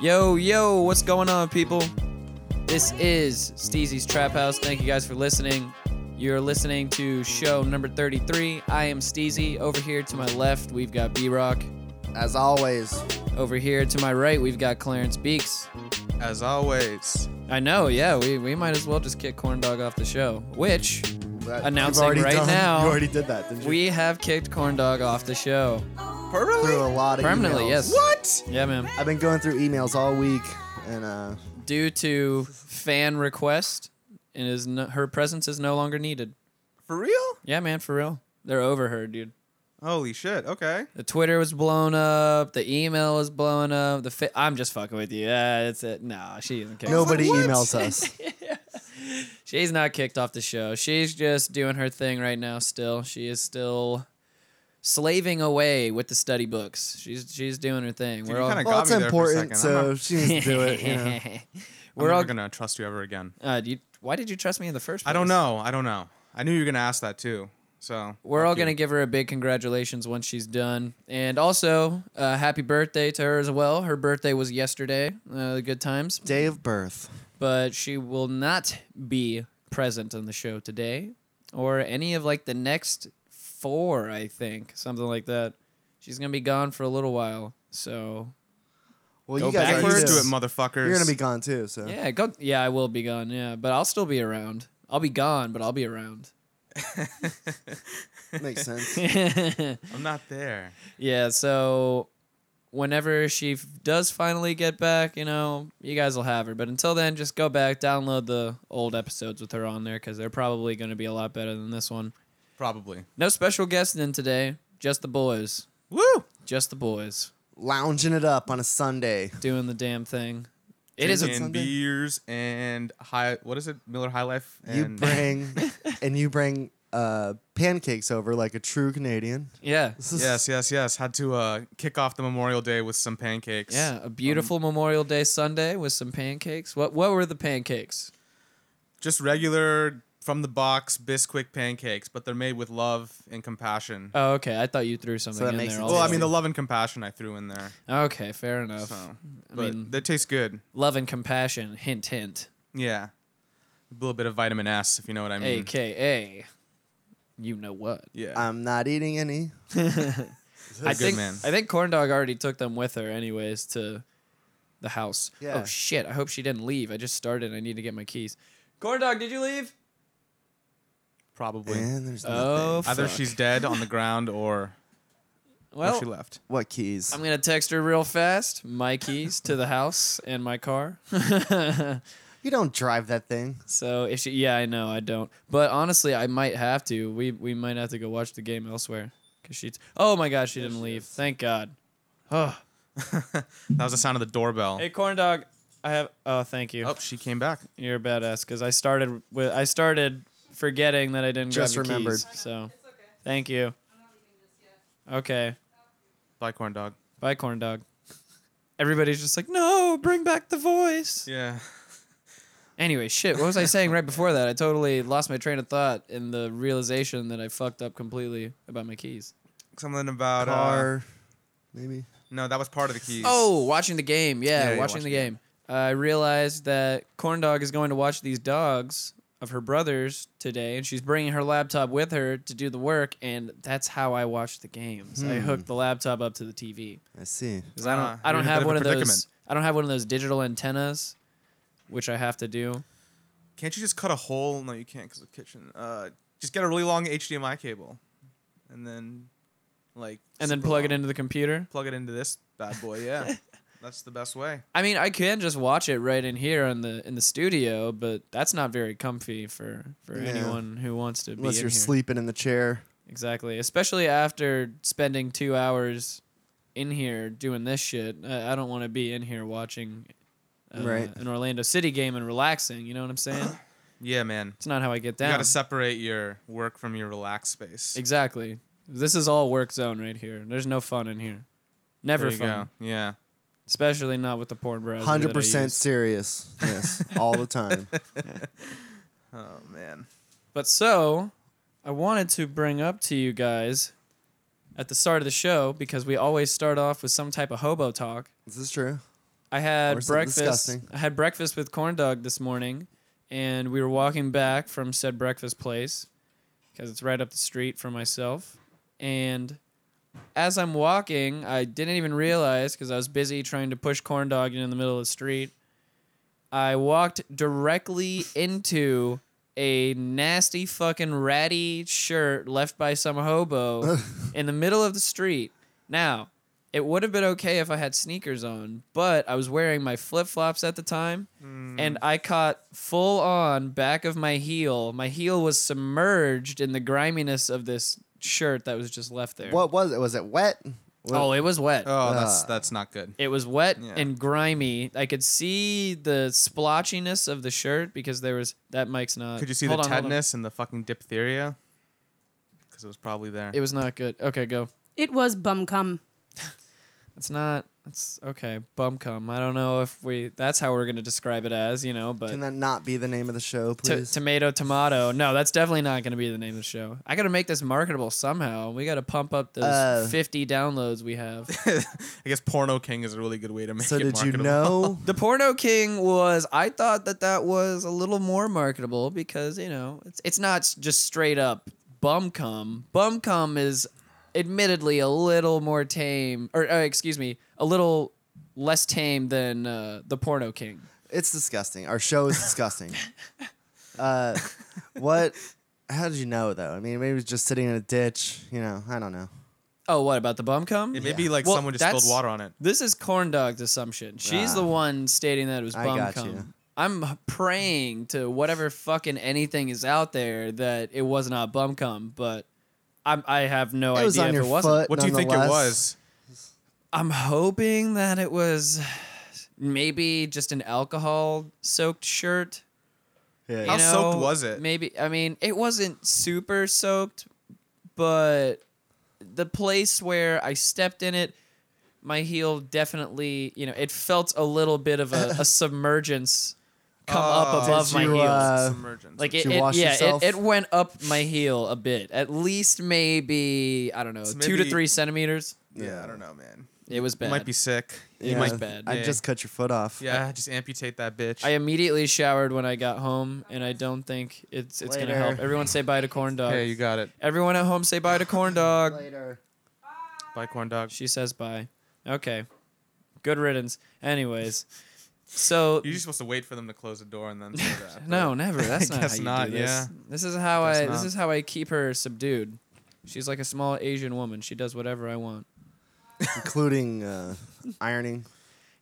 Yo, yo, what's going on, people? This is Steezy's Trap House. Thank you guys for listening. You're listening to show number 33. I am Steezy. Over here to my left, we've got B Rock. As always, Over here to my right, we've got Clarence Beeks. As always, I know, yeah, we, we might as well just kick Corndog off the show, which that- Announcing you've already right done- now, You already did that, didn't you? we have kicked Corndog off the show. through a permanently. lot of Permanently, emails. yes. What? Yeah, man. I've been going through emails all week, and uh, Due to fan request, and is no, her presence is no longer needed. For real? Yeah, man, for real. They're over her, dude. Holy shit! Okay. The Twitter was blown up. The email was blown up. The fa- I'm just fucking with you. Yeah, that's it. No, she isn't kicked. nobody what? emails us. She's not kicked off the show. She's just doing her thing right now. Still, she is still slaving away with the study books. She's she's doing her thing. Dude, you kinda well, got it's me there for a important, second. I'm so not- she needs to do it. You know? We're I'm all. never gonna trust you ever again. uh, do you, why did you trust me in the first? place? I don't know. I don't know. I knew you were gonna ask that too. So We're fuck all you. going to give her a big congratulations once she's done. And also, uh, happy birthday to her as well. Her birthday was yesterday, uh, good times. Day of birth. But she will not be present on the show today or any of like the next four, I think, something like that. She's going to be gone for a little while. So, Well, go you guys are backwards used to to it, motherfuckers. You're gonna be gone too, so yeah, go. Yeah, I will be gone. Yeah, but I'll still be around. I'll be gone, but I'll be around. makes sense. I'm not there. Yeah, so whenever she f- does finally get back, you know, you guys will have her. But until then, just go back, download the old episodes with her on there because they're probably going to be a lot better than this one. Probably. No special guest in today, just the boys. Woo! Just the boys Lounging it up on a Sunday. doing the damn thing. It is a, and Sunday. beers and high. What is it? Miller High Life. You And bring and you bring uh, pancakes over like a true Canadian. yeah. This is- yes, yes, yes. Had to uh, kick off the Memorial Day with some pancakes. Yeah, a beautiful Memorial Day Sunday with some pancakes. What what were the pancakes? Just regular from the box Bisquick pancakes, but they're made with love and compassion. Oh, okay. I thought you threw something that in makes there. it also. well, I mean the love and compassion I threw in there. okay, fair enough. So, I but mean- they taste good. Love and compassion, hint hint. Yeah. A little bit of vitamin S, if you know what I mean. AKA, you know what? Yeah. I'm not eating any. I good think man. I think Corn Dog already took them with her, anyways, to the house. Yeah. Oh shit! I hope she didn't leave. I just started. I need to get my keys. Corn Dog, did you leave? Probably. And there's nothing. Oh, Either fuck. she's dead on the ground or, or well. Oh, she left. What keys? I'm gonna text her real fast. My keys to the house and my car. you don't drive that thing. so if she, yeah, I know I don't. But honestly, I might have to. We we might have to go watch the game elsewhere. Cause she's. Oh my god, she didn't leave. Thank God. Oh. That was the sound of the doorbell. Hey, corn dog. I have. Oh, thank you. Oh, she came back. You're a badass because I started with I started forgetting that I didn't Just grab the remembered. keys. So, thank you. Okay, Bye, corn dog. bye, corn dog. Everybody's just like, no, bring back the voice. Yeah. Anyway, shit. What was I saying right before that? I totally lost my train of thought in the realization that I fucked up completely about my keys. Something about. Uh, Car, maybe. no, that was part of the keys. Oh, watching the game. Yeah, Yeah, yeah, watching watch the the game. I realized that Corn Dog is going to watch these dogs of her brothers today, and she's bringing her laptop with her to do the work, and that's how I watch the games. I hooked the laptop up to the TV I see. 'Cause I don't, Hmm. Ah, I you're don't in a bit have of a one of those. predicament. I don't have one of those digital antennas, which I have to do. Can't you just cut a hole? No, you can't because the kitchen. Uh, just get a really long HDMI cable, and then, like. And then super plug it long. into the computer. Plug it into this bad boy. Yeah. That's the best way. I mean, I can just watch it right in here in the in the studio, but that's not very comfy for for Yeah. anyone who wants to be Unless in you're here. sleeping in the chair. Exactly. Especially after spending two hours in here doing this shit. I, I don't want to be in here watching uh, Right. an Orlando City game and relaxing. You know what I'm saying? Yeah, man. it's not how I get You down. gotta separate your work from your relaxed space. exactly. This is all work zone right here. There's no fun in here. Never There you fun. go. Yeah. Especially not with the porn browser. that I Hundred percent use. serious. Yes, all the time. Oh man. But so, I wanted to bring up to you guys at the start of the show because we always start off with some type of hobo talk. This is true. I Or had something breakfast. disgusting. I had breakfast with corn dog this morning, and we were walking back from said breakfast place because it's right up the street from myself. And as I'm walking, I didn't even realize because I was busy trying to push corn dog in the middle of the street. I walked directly into a nasty fucking ratty shirt left by some hobo in the middle of the street. Now, it would have been okay if I had sneakers on, but I was wearing my flip flops at the time, and I caught full on back of my heel. My heel was submerged in the griminess of this shirt that was just left there. What was it? Was it wet? What- Oh, it was wet. Oh, that's Uh. that's not good. It was wet Yeah. and grimy. I could see the splotchiness of the shirt because there was that mic's not. Could you see uh, Hold the on, hold on. tetanus and the fucking diphtheria? Because it was probably there. It was not good. Okay, go. It was bum cum. It's not. It's okay. Bum cum. I don't know if we. That's how we're gonna describe it as. You know, but Can that not be the name of the show, to please? tomato tomato. No, that's definitely not gonna be the name of the show. I gotta make this marketable somehow. We gotta pump up those Uh. fifty downloads we have. I guess Porno King is a really good way to make so it did you marketable. know? The Porno King was. I thought that that was a little more marketable because you know it's it's not s- just straight up bum cum. Bum cum is admittedly a little more tame, or uh, excuse me, a little less tame than uh, the Porno King. It's disgusting. Our show is disgusting. uh, what? How did you know though? I mean, maybe it was just sitting in a ditch. You know, I don't know. Oh, what about the bum cum? It may be like Well, someone just that's- spilled water on it. This is Corn Dog's assumption. She's Ah. the one stating that it was I bum got cum. you. I'm h- praying to whatever fucking anything is out there that it was not bum cum, but I'm, I have no it idea was on if your it wasn't. foot. What do you think it nonetheless. was? I'm hoping that it was maybe just an alcohol soaked shirt. Yeah, you How yeah. soaked know? was it? Maybe I mean it wasn't super soaked, but the place where I stepped in it, my heel definitely you know it felt a little bit of a, a submergence come Oh. up above Did my you, heels. uh, Submergence. like it, you it- wash yeah, yourself? it, it went up my heel a bit. At least maybe I don't know, It's two to maybe- three centimeters. yeah, Yeah. I don't know, man. It was bad. You might be sick. You Yeah, might bad. I Yeah. just cut your foot off. Yeah, just amputate that bitch. I immediately showered when I got home, and I don't think it's it's gonna Later. help. Everyone say bye to corn dog. hey, you got it. Everyone at home say bye to corn dog. Later. Bye, corn dog. She says bye. Okay, good riddance. Anyways, so You're just supposed to wait for them to close the door and then say that. no, never. That's not Guess how you not, do this. yeah. This is how Guess I this not. is how I keep her subdued. She's like a small Asian woman. She does whatever I want. Including uh, ironing.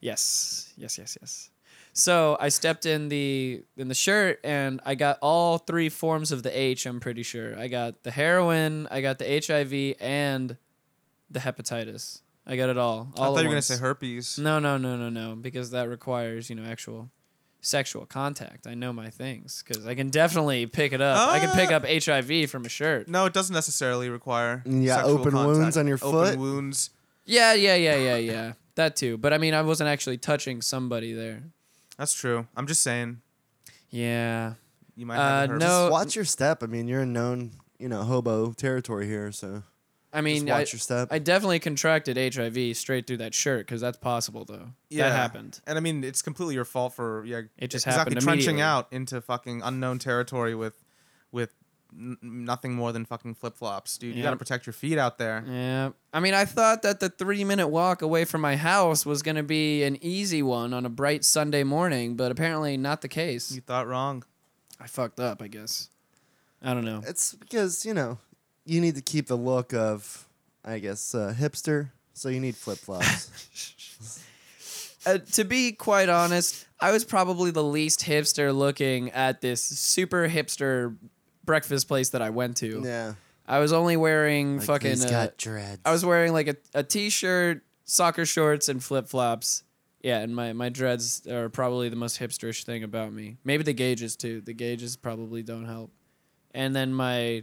Yes, yes, yes, yes. So I stepped in the in the shirt, and I got all three forms of the H. I'm pretty sure I got the heroin, I got the HIV, and the hepatitis. I got it all. all I thought at you were gonna once. say herpes. No, no, no, no, no, because that requires you know actual sexual contact. I know my things because I can definitely pick it up. I can pick up HIV from a shirt. Ah. No, it doesn't necessarily require. Yeah, sexual open contact. wounds on your foot. Open wounds. Yeah, yeah, yeah, yeah, yeah. That too. But I mean, I wasn't actually touching somebody there. That's true. I'm just saying. Yeah. You might Uh, have herpes. no. Oh, Watch your step. I mean, you're in known, you know, hobo territory here, so I mean, just watch I- your step. I definitely contracted HIV straight through that shirt because that's possible though. Yeah. That happened. And I mean, it's completely your fault for yeah. It just exactly happened trenching immediately. out into fucking unknown territory with, with n- nothing more than fucking flip flops, dude. You Yeah. gotta protect your feet out there. Yeah. I mean, I thought that the three minute walk away from my house was going to be an easy one on a bright Sunday morning, but apparently not the case. You thought wrong. I fucked up, I guess. I don't know. it's because you know you need to keep the look of, I guess, uh, hipster. So you need flip flops. Uh, to be quite honest, I was probably the least hipster looking at this super hipster breakfast place that I went to. yeah. I was only wearing Like, fucking. these uh, got dreads. I was wearing like a, a t shirt, soccer shorts, and flip flops. Yeah, and my, my dreads are probably the most hipsterish thing about me. Maybe the gauges too. The gauges probably don't help. And then my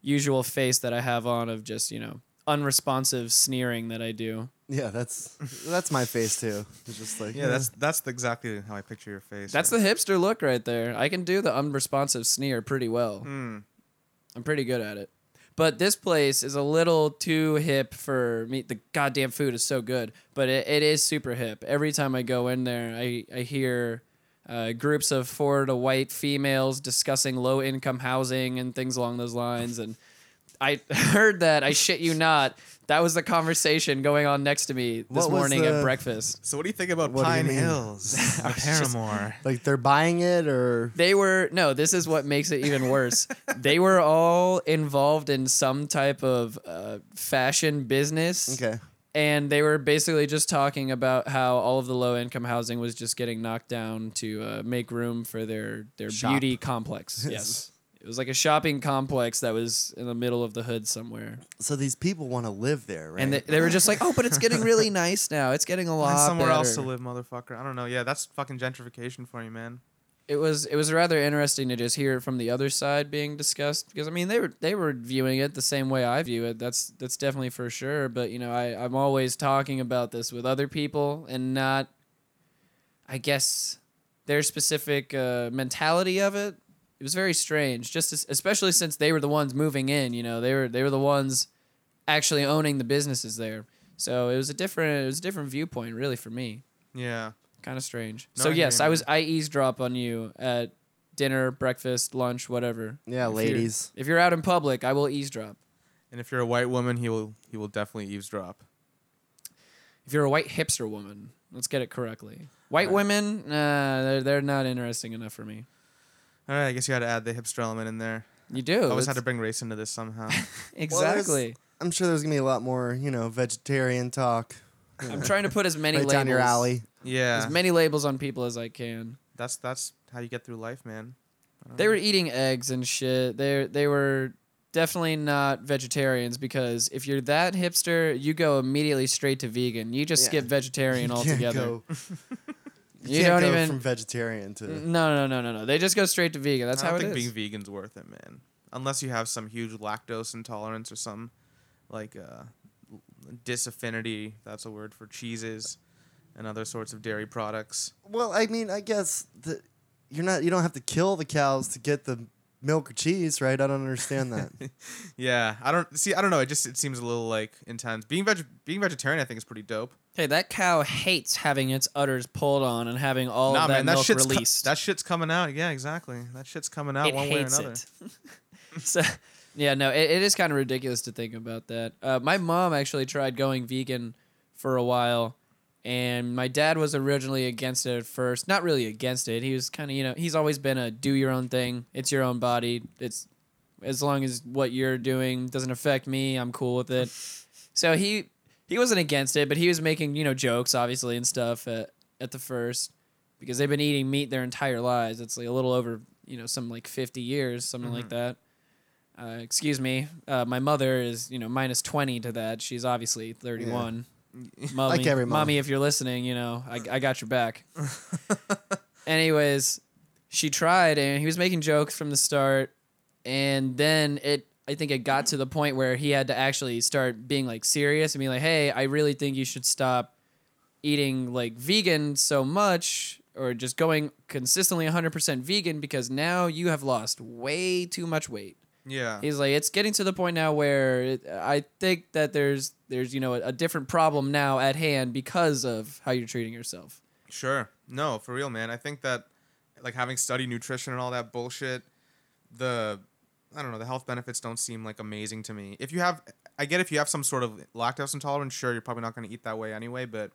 usual face that I have on of just, you know, unresponsive sneering that I do. Yeah, that's that's my face too. It's just like Yeah, that's that's the, exactly how I picture your face. That's the hipster look Hmm. right there. I can do the unresponsive sneer pretty well. I'm pretty good at it. But this place is a little too hip for me. The goddamn food is so good, but it, it is super hip. Every time I go in there, I, I hear uh, groups of four to white females discussing low income housing and things along those lines. And I heard that, I shit you not, that was the conversation going on next to me this What was morning the- at breakfast. So what do you think about What do you Pine mean? Hills, the Paramore? Like they're buying it or They were no. This is what makes it even worse. they were all involved in some type of uh, fashion business. okay. And they were basically just talking about how all of the low income housing was just getting knocked down to uh, make room for their their Shop. beauty complex. Yes. It was like a shopping complex that was in the middle of the hood somewhere. So these people want to live there, right? And they, they were just like, oh, but it's getting really nice now. It's getting a lot Find somewhere else to better." live, motherfucker. I don't know. Yeah, that's fucking gentrification for you, man. it was it was rather interesting to just hear it from the other side being discussed because I mean they were they were viewing it the same way I view it. That's that's definitely for sure. But you know I I'm always talking about this with other people and not, I guess, their specific uh, mentality of it. It was very strange, just as, especially since they were the ones moving in. You know they were they were the ones actually owning the businesses there. So it was a different it was a different viewpoint really for me Yeah. kind of strange. No, so I hear yes, you, I man. was I eavesdrop on you at dinner, breakfast, lunch, whatever. yeah, If you're- ladies. If you're out in public, I will eavesdrop. And if you're a white woman, he will he will definitely eavesdrop. If you're a white hipster woman, let's get it correctly. White women, nah, they're they're not interesting enough for me. All right, I guess you got to add the hipster element in there. You do I always Oh, had it's- to bring race into this somehow. exactly. I'm sure there's gonna be a lot more, you know, vegetarian talk I'm trying to put as many right labels down your alley. yeah. as many labels on people as I can. that's that's how you get through life, man. They were eating eggs and shit. They they were definitely not vegetarians because if you're that hipster, you go immediately straight to vegan. You just Yeah. skip vegetarian You can't altogether. go- You can't don't go even- from vegetarian to No, no, no, no, no. They just go straight to vegan. That's I how don't it think is. being vegan's worth it, man. Unless you have some huge lactose intolerance or some like uh, disaffinity. That's a word for cheeses and other sorts of dairy products. Well, I mean, I guess that you're not you don't have to kill the cows to get the milk or cheese, right? I don't understand that. Yeah, I don't see. I don't know. It just it seems a little like intense. Being veg being vegetarian, I think, is pretty dope. hey, that cow hates having its udders pulled on and having all nah, of that man, that milk shit's co- released. that shit's coming out. Yeah, exactly. That shit's coming out it one way or hates another. it. so, yeah, no, it, it is kind of ridiculous to think about that. Uh, my mom actually tried going vegan for a while, and my dad was originally against it at first. Not really against it. He was kind of, you know, he's always been a do your own thing. It's your own body. It's as long as what you're doing doesn't affect me, I'm cool with it. So he he wasn't against it, but he was making you know jokes obviously and stuff at at the first because they've been eating meat their entire lives. It's like a little over you know some like fifty years, something like that. Uh, excuse me, uh, my mother is you know minus twenty to that. She's obviously thirty one. Mommy, Like every mom. mommy, if you're listening, you know I I got your back. Anyways, she tried and he was making jokes from the start and then it I think it got to the point where he had to actually start being like serious and being like, "Hey, I really think you should stop eating like vegan so much or just going consistently 100% vegan because now you have lost way too much weight." Yeah. He's like, "It's getting to the point now where it, I think that there's there's, you know, a, a different problem now at hand because of how you're treating yourself." Sure. No, for real, man. I think that like having studied nutrition and all that bullshit, the I don't know, the health benefits don't seem like amazing to me. If you have I get if you have some sort of lactose intolerance, sure, you're probably not going to eat that way anyway, but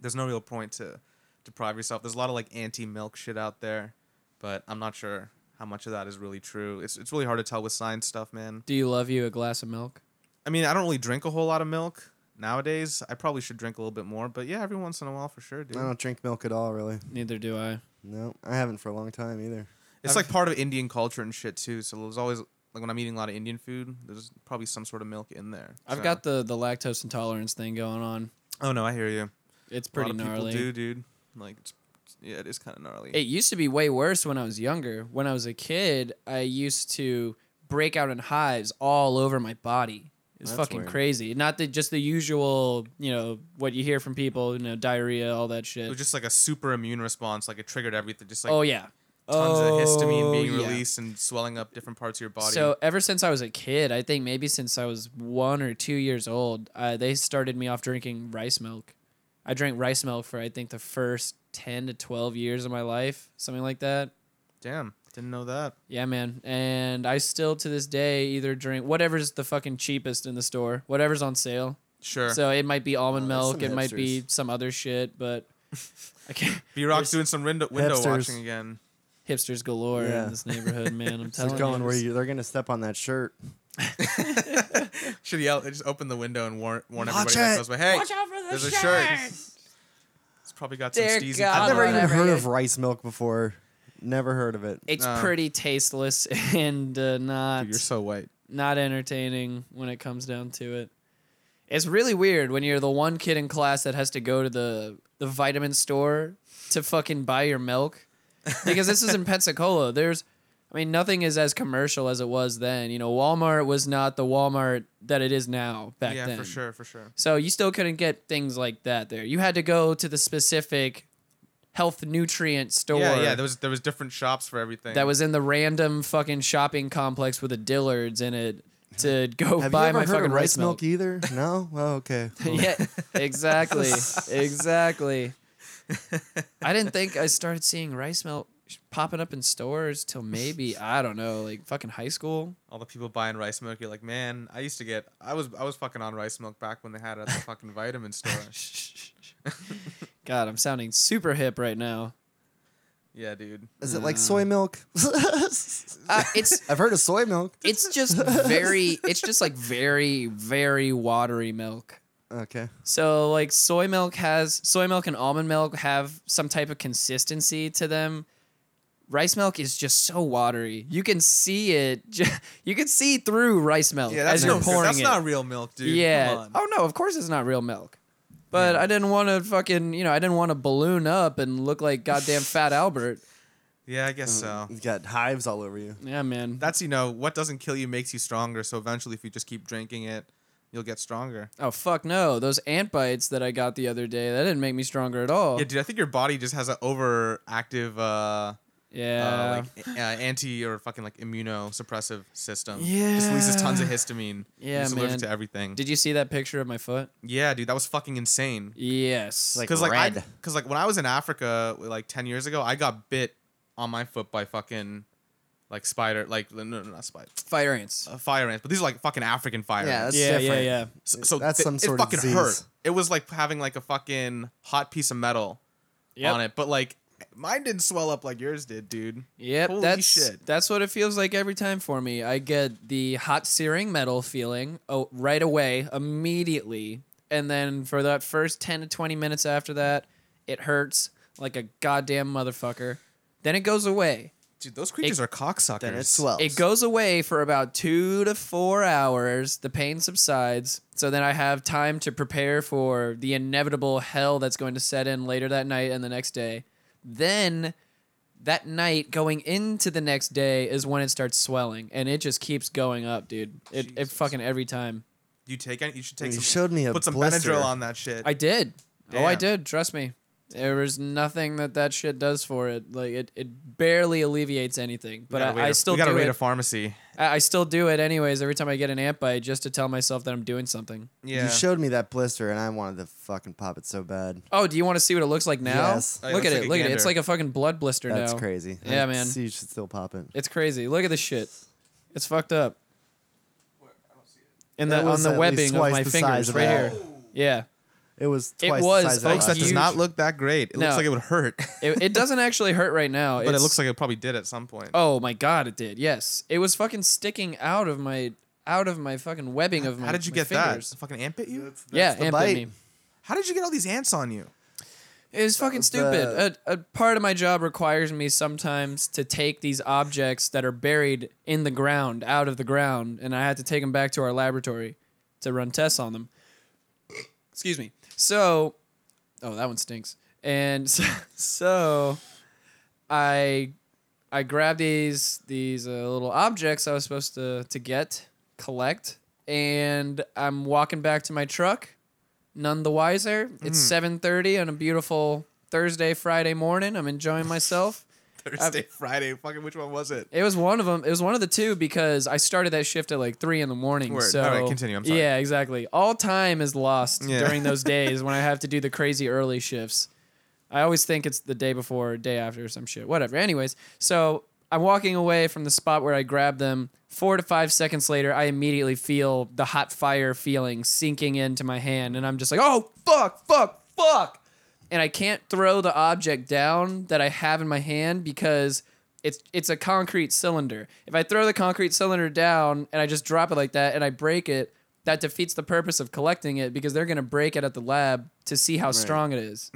there's no real point to deprive yourself. There's a lot of like anti-milk shit out there, but I'm not sure how much of that is really true. It's it's really hard to tell with science stuff, man. Do you love you a glass of milk? I mean, I don't really drink a whole lot of milk nowadays. I probably should drink a little bit more, but yeah, every once in a while for sure, dude. I don't drink milk at all, really. Neither do I. No, I haven't for a long time either. It's like part of Indian culture and shit too. So there's always like when I'm eating a lot of Indian food, there's probably some sort of milk in there. I've So- got the the lactose intolerance thing going on. Oh no, I hear you. It's a pretty lot of gnarly. People do, dude. Like, it's, yeah, it is kind of gnarly. It used to be way worse when I was younger. When I was a kid, I used to break out in hives all over my body. It's That's fucking weird. crazy. Not the just the usual, you know, what you hear from people, you know, diarrhea, all that It shit. was just like a super immune response. Like it triggered everything. Just like oh yeah. tons of histamine Oh, being yeah. released and swelling up different parts of your body. So ever since I was a kid, I think maybe since I was one or two years old, uh, they started me off drinking rice milk. I drank rice milk for I think the first ten to twelve years of my life, something like that. Damn, didn't know that. Yeah, man. And I still to this day either drink whatever's the fucking cheapest in the store, whatever's on sale. Sure. So it might be almond Oh, there's milk, some it might be hipsters. some other shit, but I can't. B Rock's doing some window, window Hipsters. watching again. Hipsters galore Yeah. in this neighborhood, man. I'm telling They're going you. where you, they're gonna step on that shirt. Should yell, just open the window and warn, warn Watch everybody that it. goes by. Hey, Watch out for the there's a shark. shirt. It's probably got some Dear steezy. God. color I've never on it. even whatever, heard yeah. of rice milk before. Never heard of it. It's No. pretty tasteless and uh, not Dude, you're Uh, so white. not entertaining when it comes down to it. It's really weird when you're the one kid in class that has to go to the the vitamin store to fucking buy your milk. Because this is in Pensacola. There's I mean nothing is as commercial as it was then. You know, Walmart was not the Walmart that it is now back yeah, then. for sure, for sure. So you still couldn't get things like that there. You had to go to the specific health nutrient store Yeah, yeah. There was there was different shops for everything. that was in the random fucking shopping complex with a Dillard's in it to go Have you buy ever my heard fucking of rice milk. milk, either? No. Well, okay. yeah, exactly, exactly. I didn't think I started seeing rice milk popping up in stores till maybe I don't know, like fucking high school. all the people buying rice milk. You're like, man, I used to get. I was I was fucking on rice milk back when they had it at the fucking vitamin store. God, I'm sounding super hip right now. Yeah, dude. Is it like soy Mm. milk? I've Uh, it's heard of soy milk. it's just very, it's just like very, very watery milk. Okay. So like soy milk has soy milk and almond milk have some type of consistency to them. Rice milk is just so watery. You can see it. ju- You can see through rice milk Yeah, as that's you're no, pouring that's it. not real milk, dude. yeah. Come on. Oh no, of course it's not real milk. But I didn't want to fucking, you know, I didn't want to balloon up and look like goddamn Fat Albert. Yeah, I guess Mm. so. You've got hives all over you. Yeah, man. That's you know what doesn't kill you makes you stronger. So eventually, if you just keep drinking it, you'll get stronger. Oh fuck no. Those ant bites that I got the other day, that didn't make me stronger at all. Yeah, dude. I think your body just has an overactive. Uh, yeah. uh, like uh, anti or fucking like immunosuppressive system. Yeah. just releases tons of histamine. Yeah, It's man. allergic to everything. Did you see that picture of my foot? yeah, dude, that was fucking insane. Yes. Like- Cause like I, red. cause like when I was in Africa like ten years ago, I got bit on my foot by fucking like spider, like no, no not spider, fire ants. uh, fire ants. But these are like fucking African fire Yeah, ants. that's different. yeah. So, so that's th- some sort it of fucking disease. hurt. It was like having like a fucking hot piece of metal Yep. on it, but like mine didn't swell up like yours did, dude. Yep, Holy that's shit. that's what it feels like every time for me. I get the hot searing metal feeling oh, right away, immediately, and then for that first ten to twenty minutes after that, it hurts like a goddamn motherfucker. Then it goes away. Dude, those creatures are cocksuckers. Then it swells. It goes away for about two to four hours. The pain subsides. So then I have time to prepare for the inevitable hell that's going to set in later that night and the next day. Then that night going into the next day is when it starts swelling and it just keeps going up, dude. It, it Jesus. fucking every time. You take any, you should take You some. showed me a put some blister. Benadryl on that shit. I did. Oh, I Damn. did. Trust me. There was nothing that that shit does for it. Like it, it barely alleviates anything. But Gotta wait I, I a- still we gotta do raid it. a pharmacy. I, I still do it anyways every time I get an ant bite just to tell myself that I'm doing something. Yeah. You showed me that blister, and I wanted to fucking pop it so bad. Oh, do you want to see what it looks like now? Yes. Oh, it Look looks at like it. a Look at it. It's gander. like a fucking blood blister That's now. crazy. Yeah, I man. See, you should still pop it. It's crazy. Look at this shit. It's fucked up. In the That on was the at least webbing of twice my the fingers size of right that. here. Yeah. It was It twice was, the size folks, Folks, of that huge. does not look that great. It No. looks like it would hurt, It, it doesn't actually hurt right now. but it It's- looks like it probably did at some point. Oh my god, it did. Yes. It was fucking sticking out of my out of my fucking webbing of my How did you my get fingers. that? A Fucking ant bit you? Yeah, ant the bit bite. me. How did you get all these ants on you? It was fucking stupid. the- a, a part of my job requires me sometimes to take these objects that are buried in the ground out of the ground, and I had to take them back to our laboratory to run tests on them. Excuse me. So, oh, that one stinks. And so, so I I grabbed these these uh, little objects I was supposed to to get collect, and I'm walking back to my truck none the Mm. wiser. It's 7:30 on a beautiful Thursday, Friday morning. I'm enjoying myself. Thursday, Friday. Fucking which one was it? It was one of them. It was one of the two because I started that shift at like three in the morning. Word. So All right, continue. I'm sorry. Yeah, exactly. All time is lost Yeah. during those days when I have to do the crazy early shifts. I always think it's the day before, day after, or some shit. Whatever. Anyways, so I'm walking away from the spot where I grabbed them. Four to five seconds later, I immediately feel the hot fire feeling sinking into my hand, and I'm just like, oh fuck, fuck, fuck and I can't throw the object down that I have in my hand because it's it's a concrete cylinder. If I throw the concrete cylinder down and I just drop it like that and I break it, that defeats the purpose of collecting it because they're gonna break it at the lab to see how strong it is.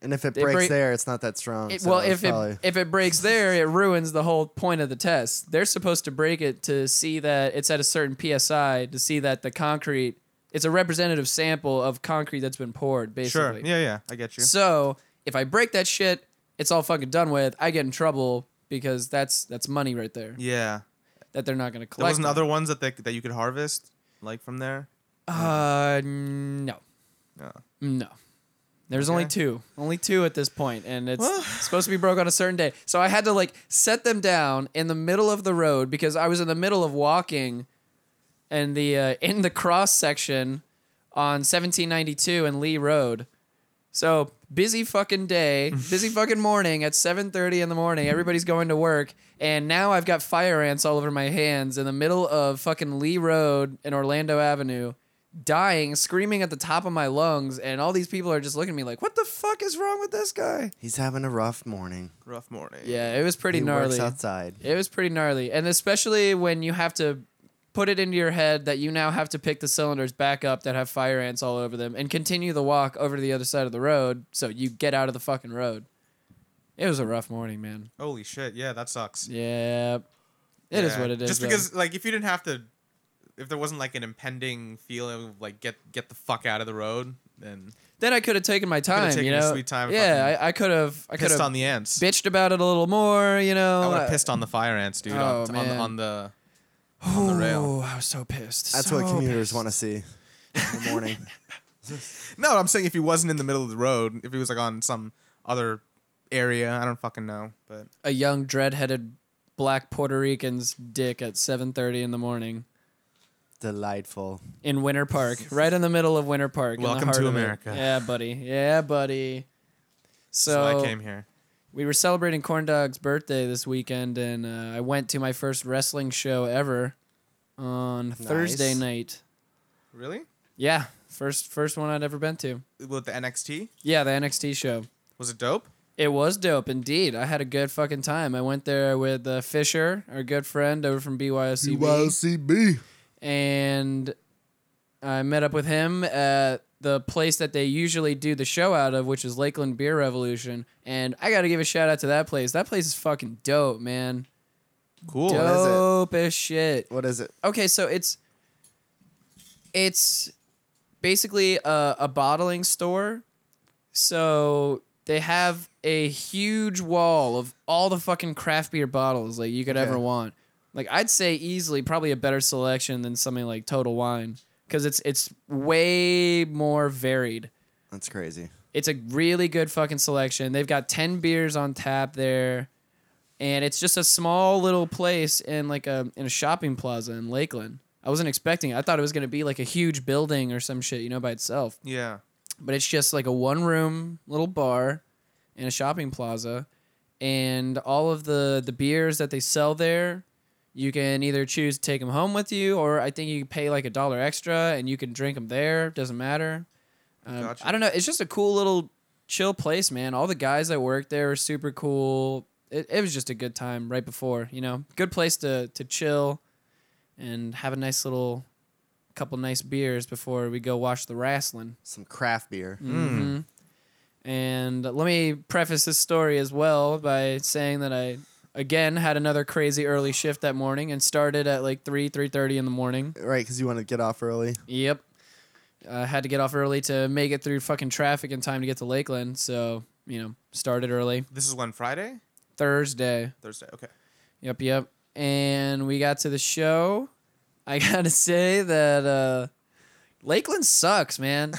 And if it They breaks break- there, it's not that strong. It- so well, it's if probably- it if it breaks there, it ruins the whole point of the test. They're supposed to break it to see that it's at a certain psi to see that the concrete. It's a representative sample of concrete that's been poured, Sure. basically. Yeah, yeah. I get you. So if I break that shit, it's all fucking done with. I get in trouble because that's that's money right there Yeah. that they're not gonna There collect. wasn't other ones that they, that you could harvest like from there. Uh, no, No. no. There's only Okay. two, only two at this point, and it's Well- supposed to be broke on a certain day. So I had to like set them down in the middle of the road because I was in the middle of walking, and the uh, in the cross section on 1792 and Lee Road. So busy fucking day, busy fucking morning at 7:30 in the morning. Everybody's going to work, and now I've got fire ants all over my hands in the middle of fucking Lee Road and Orlando Avenue, dying, screaming at the top of my lungs, and all these people are just looking at me like, "What the fuck is wrong with this guy?" he's having a rough morning. Rough morning. Yeah, it was pretty he gnarly. works outside. It was pretty gnarly, and especially when you have to put it into your head that you now have to pick the cylinders back up that have fire ants all over them and continue the walk over to the other side of the road so you get out of the fucking road. It was a rough morning, man. Holy shit. Yeah, that sucks. Yeah. it is Yeah. what it is. Just though. because, like, if you didn't have to, if there wasn't like an impending feeling of like get get the fuck out of the road, then then I could have taken my time, taken you your know. sweet time and yeah, fucking I, I could have. I could pissed have on the ants. bitched about it a little more, you know. I would have Uh, pissed on the fire ants, dude. Oh, on, on, the- man. on the on the rail. Ooh, I was so pissed. That's what commuters want to see in the morning. No, I'm saying if he wasn't in the middle of the road, if he was like on some other area, I don't fucking know. But a young dread-headed black Puerto Rican's dick at 7:30 in the morning. Delightful. in Winter Park, right in the middle of Winter Park. in the Welcome heart to of it. America. Yeah, buddy. Yeah, buddy. so So I came here. we were celebrating Corn Dog's birthday this weekend, and uh, I went to my first wrestling show ever on Thursday night. Really? Yeah, first first one I'd ever been to. With the NXT, Yeah, the NXT show. was it dope? It was dope indeed. I had a good fucking time. I went there with uh, Fisher, our good friend over from BYOCB. CB. and I met up with him at the place that they usually do the show out of, which is Lakeland Beer Revolution. And I got to give a shout out to that place. That place is fucking dope, man. Cool. Dope. is it? dope as shit. What is it? Okay, so it's it's basically a, a bottling store. So they have a huge wall of all the fucking craft beer bottles like you could ever Okay. want. Like I'd say easily probably a better selection than something like Total Wine because it's it's way more varied. That's crazy. It's a really good fucking selection. They've got 10 beers on tap there. And it's just a small little place in like a in a shopping plaza in Lakeland. I wasn't expecting it. I thought it was going to be like a huge building or some shit, you know, by itself. Yeah. But it's just like a one room little bar in a shopping plaza and all of the the beers that they sell there you can either choose to take them home with you or i think you pay like a dollar extra and you can drink them there doesn't matter um, Gotcha. i don't know it's just a cool little chill place man all the guys that work there are super cool it, it was just a good time right before you know good place to to chill and have a nice little couple nice beers before we go watch the wrestling Some craft beer. hmm And let me preface this story as well by saying that I again had another crazy early shift that morning and started at like three three thirty in the morning. Right, because you want to get off early. Yep, I had to get off early to make it through fucking traffic in time to get to Lakeland. So you know, started early This is when Friday, Thursday. Thursday. Okay. Yep, yep. And we got to the show. I gotta say that uh, Lakeland sucks, man.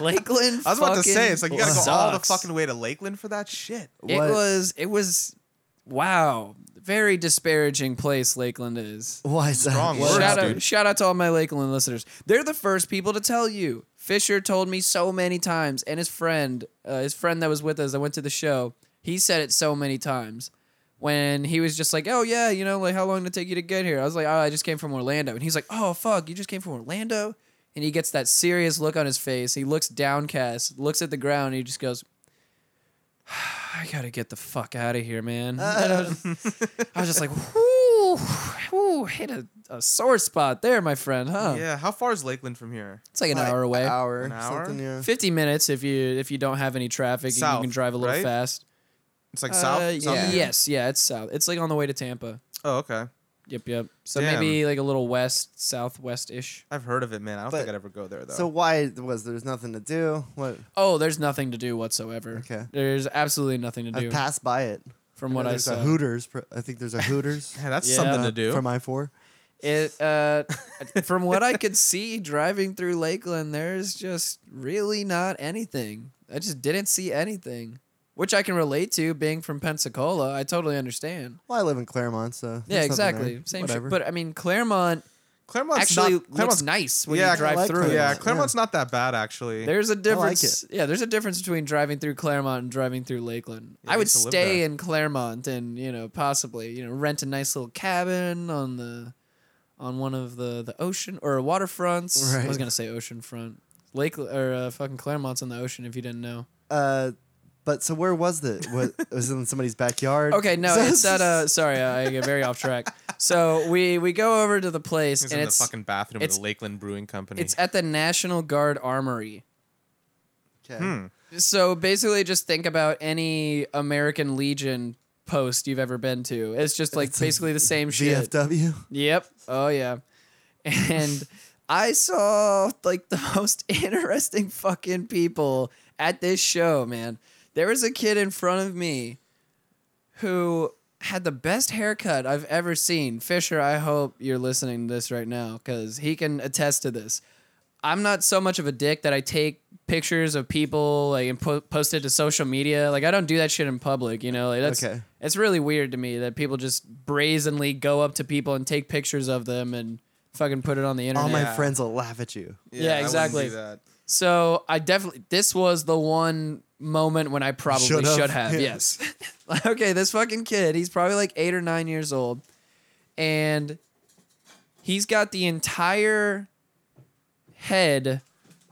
Lakeland. I was about to say, it's like you gotta go all the sucks. fucking way to Lakeland for that shit. It What- was. It was. Wow, very disparaging place Lakeland is. Why is that? Strong What? words, shout out, dude. shout out to all my Lakeland listeners. They're the first people to tell you. Fisher told me so many times, and his friend, uh, his friend that was with us, I went to the show. He said it so many times when he was just like, "Oh yeah, you know, like how long did it take you to get here?" I was like, "Oh, I just came from Orlando," and he's like, "Oh fuck, you just came from Orlando," and he gets that serious look on his face. He looks downcast, looks at the ground, and he just goes. I gotta get the fuck out of here, man. And I, was, I was just like, whoo, whoo, hit a, a sore spot there, my friend, huh? Yeah, how far is Lakeland from here? It's like an Like hour away. Hour, An hour? something. Yeah. Fifty minutes if you if you don't have any traffic and you South, can drive a little right? fast. It's like Uh, south. south yeah. of you? Yes, yeah, it's south. It's like on the way to Tampa. Oh, okay. Yep, yep. So Damn. maybe like a little west, southwest ish. I've heard of it, man. I don't But- think I'd ever go there though. So why was there's nothing to do? What Oh, there's nothing to do whatsoever. Okay. There's absolutely nothing to do I passed by it. from what I there's saw. a Hooters. pr- I think there's a Hooters. yeah, that's Yeah. something uh, to do. from I four. It uh, from what I could see driving through Lakeland, there's just really not anything. I just didn't see anything, which I can relate to being from Pensacola. I totally understand. Well, I live in Claremont, so Yeah, there's something exactly. there. Same Whatever. shit. But I mean, Claremont Claremont's actually not, Claremont's looks nice when yeah, I you drive like through. Claremont. Yeah, Yeah. Claremont's not that bad actually. There's a like difference. yeah, there's a difference between driving through Claremont and driving through Lakeland. Yeah, I I would used to live stay there. in Claremont and you know possibly you know rent a nice little cabin on the on one of the the ocean or waterfronts. I was Right. gonna say oceanfront. Lake or uh, fucking Claremont's on the ocean. If you didn't know. Uh, but so where was it? Was, was it in somebody's backyard? Okay, no, So- it's at uh. Sorry, I get very off track. So we we go over to the place It's and in the it's fucking bathroom of it's- the Lakeland Brewing Company. it's at the National Guard Armory. Okay. Hmm. So basically, just think about any American Legion post you've ever been to. It's just like It's a basically the same shit. VFW. Yep. Oh yeah. And I saw like the most interesting fucking people at this show, man. There was a kid in front of me who had the best haircut I've ever seen. Fisher, I hope you're listening to this right now cuz he can attest to this. I'm not so much of a dick that I take pictures of people like and po- post it to social media. Like I don't do that shit in public, you know. Like that's Okay. it's really weird to me that people just brazenly go up to people and take pictures of them and fucking put it on the internet. All my Yeah. friends will laugh at you. yeah, I wouldn't exactly. do that. So I definitely this was the one moment when I probably should Should have. have. Yeah. Yes. Like, okay, this fucking kid, he's probably like eight or nine years old, and he's got the entire head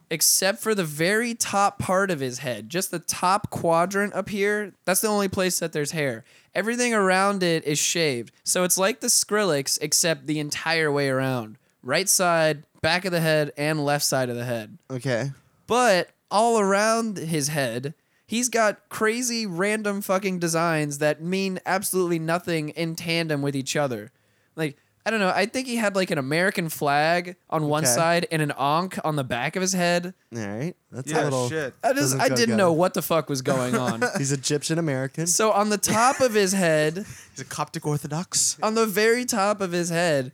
except for the very top part of his head just the top quadrant up here that's the only place that there's hair everything around it is shaved so it's like the skrillex except the entire way around right side back of the head and left side of the head Okay. but all around his head, he's got crazy random fucking designs that mean absolutely nothing in tandem with each other. Like, I don't know, I think he had like an American flag on one Okay. side and an onk on the back of his head. All right. That's a Yeah, little. shit. I just doesn't I go didn't together. know what the fuck was going on. He's Egyptian American. so on the top of his head, He's a Coptic Orthodox. on the very top of his head,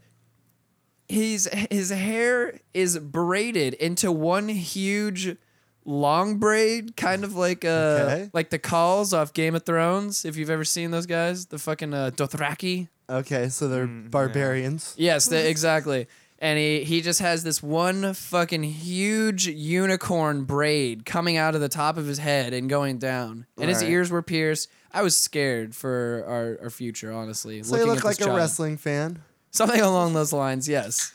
his his hair is braided into one huge long braid, kind of like uh Okay. like the calls off Game of Thrones. If you've ever seen those guys, the fucking uh, Dothraki. Okay, so they're Mm, barbarians. Yes, the, exactly. And he, he just has this one fucking huge unicorn braid coming out of the top of his head and going down. And his Right. ears were pierced. I was scared for our, our future, honestly. So they looking look at like this a child. wrestling fan. Something along those lines, yes.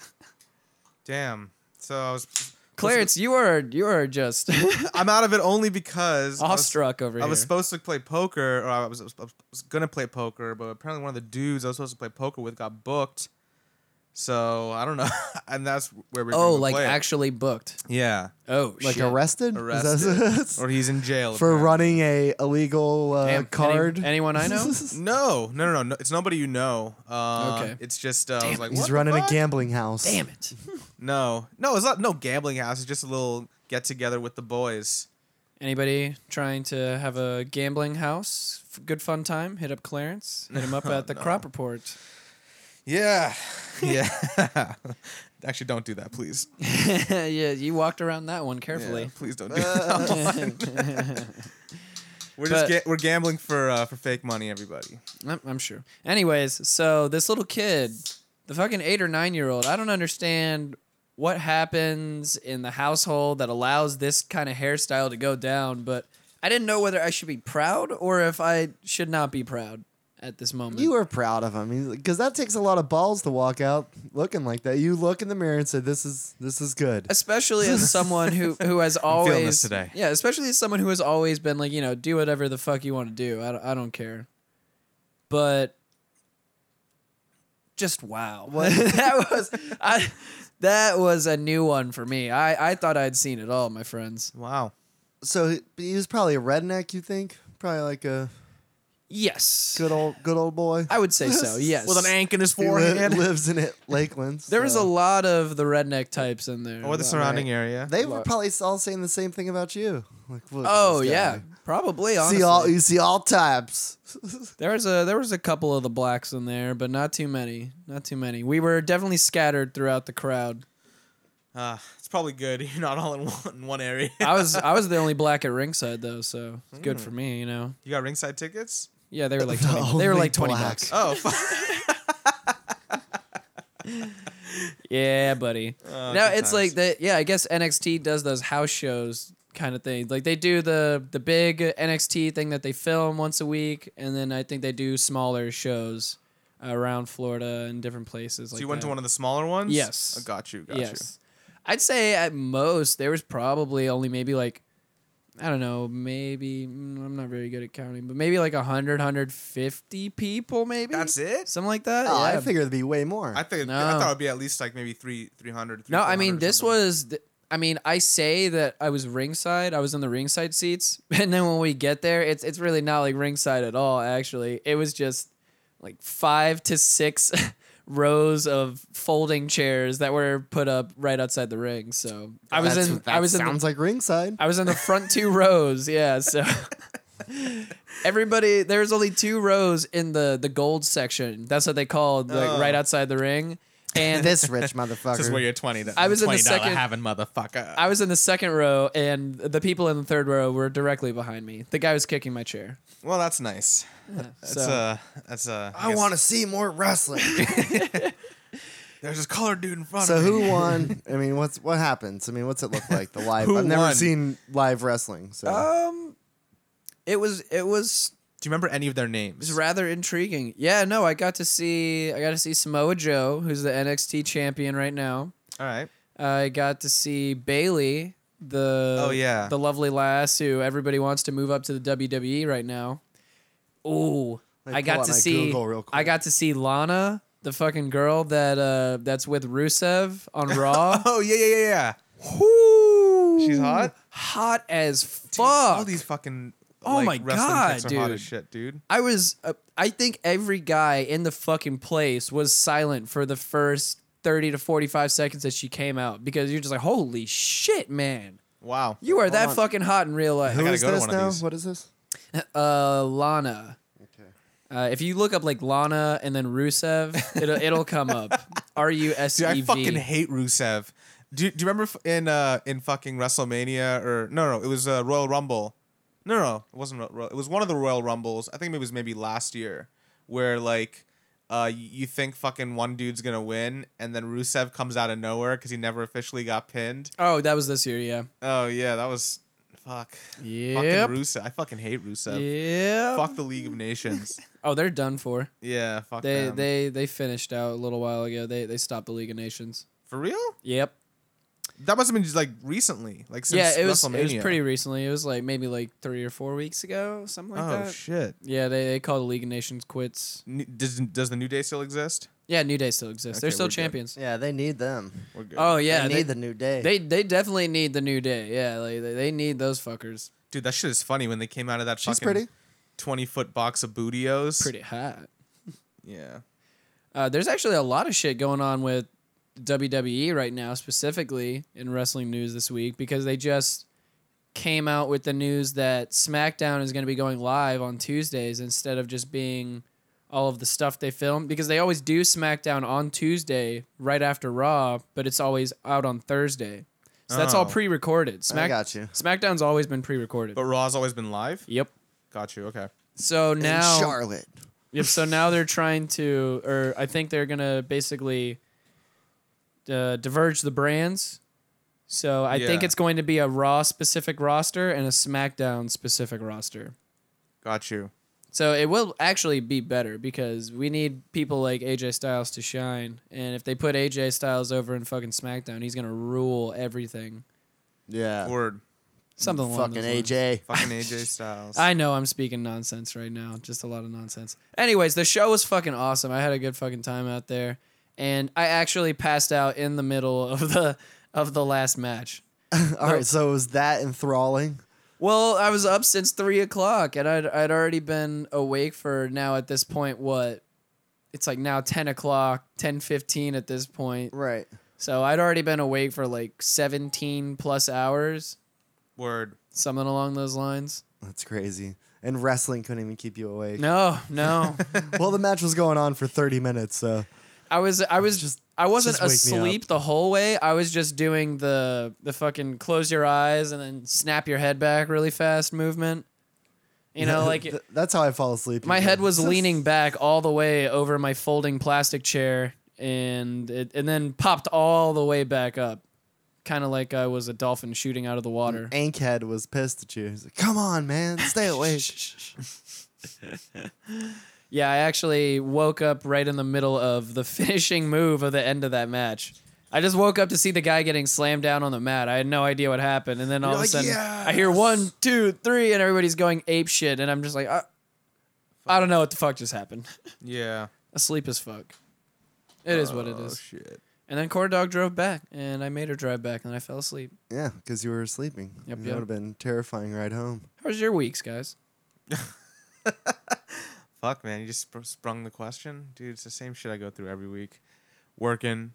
Damn. So I was. Clarence, you are you are just I'm out of it only because I was- awestruck over I was here. supposed to play poker, or I was, I was- I was gonna play poker, but apparently one of the dudes I was supposed to play poker with got booked. So I don't know, and that's where we're. oh, gonna like play it. actually booked. Yeah, Oh, Like shit. arrested? Is that- arrested, or he's in jail for apparently. running a illegal uh, Damn, any- card. anyone I know? He's No, no, no, no, no. It's nobody you know. Uh, Okay. It's just uh, I was Damn, like, what the running a fuck? gambling house. Damn it! No, no, it's not. No gambling house. It's just a little get together with the boys. Anybody trying to have a gambling house, f- good fun time? Hit up Clarence. Hit him up at the Crop Report. Yeah, yeah. Actually, don't do that, please. yeah, you walked around that one Yeah, carefully. please don't do that. we're just But- ga- we're gambling for uh, for fake money, everybody. I'm, I'm sure. Anyways, so this little kid, the fucking eight or nine year old, I don't understand what happens in the household that allows this kind of hairstyle to go down, but I didn't know whether I should be proud or if I should not be proud at this moment. You were proud of him because that takes a lot of balls to walk out looking like that. You look in the mirror and say, "This is this is good." especially as someone who who has always feeling this today. yeah especially as someone who has always been like you know do whatever the fuck you want to do I don't, I don't care but just wow that was I that was a new one for me I I thought I'd seen it all my friends Wow. So he, he was probably a redneck. You think probably like a yes good old good old boy. I would say so yes ank in his He li- lives in it Lakeland. there was a so. lot of the redneck types in there Or the surrounding area. They were lot. probably all saying the same thing about you. Like, look at oh this yeah guy. probably honestly See all you see all types. There was a there was a couple of the blacks in there, but not too many. Not too many. We were definitely scattered throughout the crowd. Uh, it's probably good. You're not all in one, in one area. I was I was the only black at ringside though, so it's good Hmm. for me, you know. You got ringside tickets? Yeah, they were like The 20, they were only like 20 black. bucks. Oh, fuck. Yeah, buddy. Oh, now good it's like times. that yeah, I guess NXT does those house shows kind of things. Like they do the the big NXT thing that they film once a week and then I think they do smaller shows around Florida and different places so like you went that. to one of the smaller ones? Yes. Oh, got you. Got you. yes. I'd say at most there was probably only maybe like I don't know, maybe mm, I'm not very good at counting, but maybe like 100 150 people maybe. That's it? Something like that. Oh, yeah. I figured it'd be way more. I think I No. thought it would be at least like maybe three, 300. No, I 400 mean or this something. was th- I mean, I say that I was ringside. I was in the ringside seats, and then when we get there, it's it's really not like ringside at all. Actually, it was just like five to six rows of folding chairs that were put up right outside the ring. So I was That's- in That I was in the sounds like ringside. I was in the front two rows. Yeah, so everybody there was only two rows in the the gold section. That's what they called like Oh. right outside the ring. And this rich motherfucker. This is where you're 20. I was in the $20 second- having motherfucker. I was in the second row and the people in the third row were directly behind me. The guy was kicking my chair. well, that's nice. That's so- uh that's uh I want to see more wrestling. There's this colored dude in front so of me. who won? I mean, what's what happens? I mean, what's it look like? The live. Who I've never won? seen live wrestling. So Um it was it was Do you remember any of their It names? was rather intriguing. Yeah, no, I got to see I got to see Samoa Joe, who's the NXT champion right now. All right. I got to see Bailey, the Oh, yeah. the lovely lass who everybody wants to move up to the WWE right now. Ooh, Let me I pull got out to my see Google real quick. I got to see Lana, the fucking girl that uh that's with Rusev on Raw. Oh yeah, yeah, yeah, yeah. Woo! She's hot? hot as fuck. Dude, All these fucking Oh like, my wrestling picks God, are hot dude. as shit, dude. I was, uh, I think every guy in the fucking place was silent for the first 30 to 45 seconds that she came out because you're just like, holy shit, man. Wow. You are that on. fucking hot in real life. who gotta is go to this one of now? these. What is this? Uh, Lana. Okay. Uh, if you look up like Lana and then Rusev, it'll, it'll come up. R U S E Dude, V. I fucking hate Rusev. Do you, do you remember f- in uh in fucking WrestleMania or no no it was uh, Royal Rumble, no no it wasn't Ro- Ro- it was one of the Royal Rumbles I think it was maybe last year where like uh y- you think fucking one dude's gonna win and then Rusev comes out of nowhere because he never officially got pinned. Oh, that was this year, yeah. Oh yeah, that was fuck. Yep. Fucking Rusev, I fucking hate Rusev. Yeah. Fuck the League of Nations. Oh, they're done for. yeah, fuck They them. they they finished out a little while ago. They they stopped the League of Nations. For real? Yep. That must have been just like recently, like since yeah, it was it was WrestleMania. pretty recently. It was like maybe like three or four weeks ago, something like oh that. shit. yeah, they, they call the League of Nations quits. N- Does does the New Day still exist? Yeah, New Day still exists. They're Okay, still we're good. champions. Yeah, they need them. We're good. Oh yeah, they, they, need the new day. they they definitely need the New Day. Yeah, like, they, they need those fuckers. dude, that shit is funny when they came out of that. She's fucking pretty. Twenty foot box of bootios. Pretty hot. Yeah. Uh, there's actually a lot of shit going on with WWE right now, specifically in wrestling news this week, because they just came out with the news that SmackDown is going to be going live on Tuesdays instead of just being all of the stuff they film because they always do SmackDown on Tuesday right after Raw, but it's always out on Thursday. So that's all Oh. pre-recorded. Smack- got you. SmackDown's always been pre-recorded. But Raw's always been live. yep. Got you. Okay. So now in Charlotte. Yep. So now they're trying to, or I think they're gonna basically uh, diverge the brands. So I think Yeah. it's going to be a Raw specific roster and a SmackDown specific roster. Got you. So it will actually be better because we need people like AJ Styles to shine. And if they put AJ Styles over in fucking SmackDown, he's gonna rule everything. Uh, Yeah. Word. Something along fucking those lines. AJ. Fucking AJ Styles. I know I'm speaking nonsense right now, just a lot of nonsense. Anyways, the show was fucking awesome. I had a good fucking time out there, and I actually passed out in the middle of the of the last match. All right, so was that enthralling? Well, I was up since three o'clock, and I'd I'd already been awake for now at this point. What? It's like now ten o'clock, ten fifteen at this point. Right. So I'd already been awake for like seventeen plus hours, Word. something along those lines. That's crazy. And wrestling couldn't even keep you awake. No, no. Well, the match was going on for 30 minutes, so I was I was just I wasn't just wake me up. asleep the whole way. I was just doing the the fucking close your eyes and then snap your head back really fast movement. You know, like Th- that's how I fall asleep. my head was Just- leaning back all the way over my folding plastic chair and it, and then popped all the way back up. Kind of like I was a dolphin shooting out of the water. Ankhead was pissed at you. He's like, "Come on, man, stay awake." Yeah, I actually woke up right in the middle of the finishing move of the end of that match. I just woke up to see the guy getting slammed down on the mat. I had no idea what happened, and then all of a like, sudden, I hear one, two, three, and everybody's going ape shit, and I'm just like, I, I don't know what the fuck just happened. Yeah. Asleep as fuck. It is what it Oh, is. shit. And then Corn Dog drove back, and I made her drive back, and I fell asleep. yeah, because you were sleeping. Yep, that yep. would have been terrifying ride home. How was your weeks, guys? Fuck, man. You just sp- sprung the question. Dude, it's the same shit I go through every week. Working,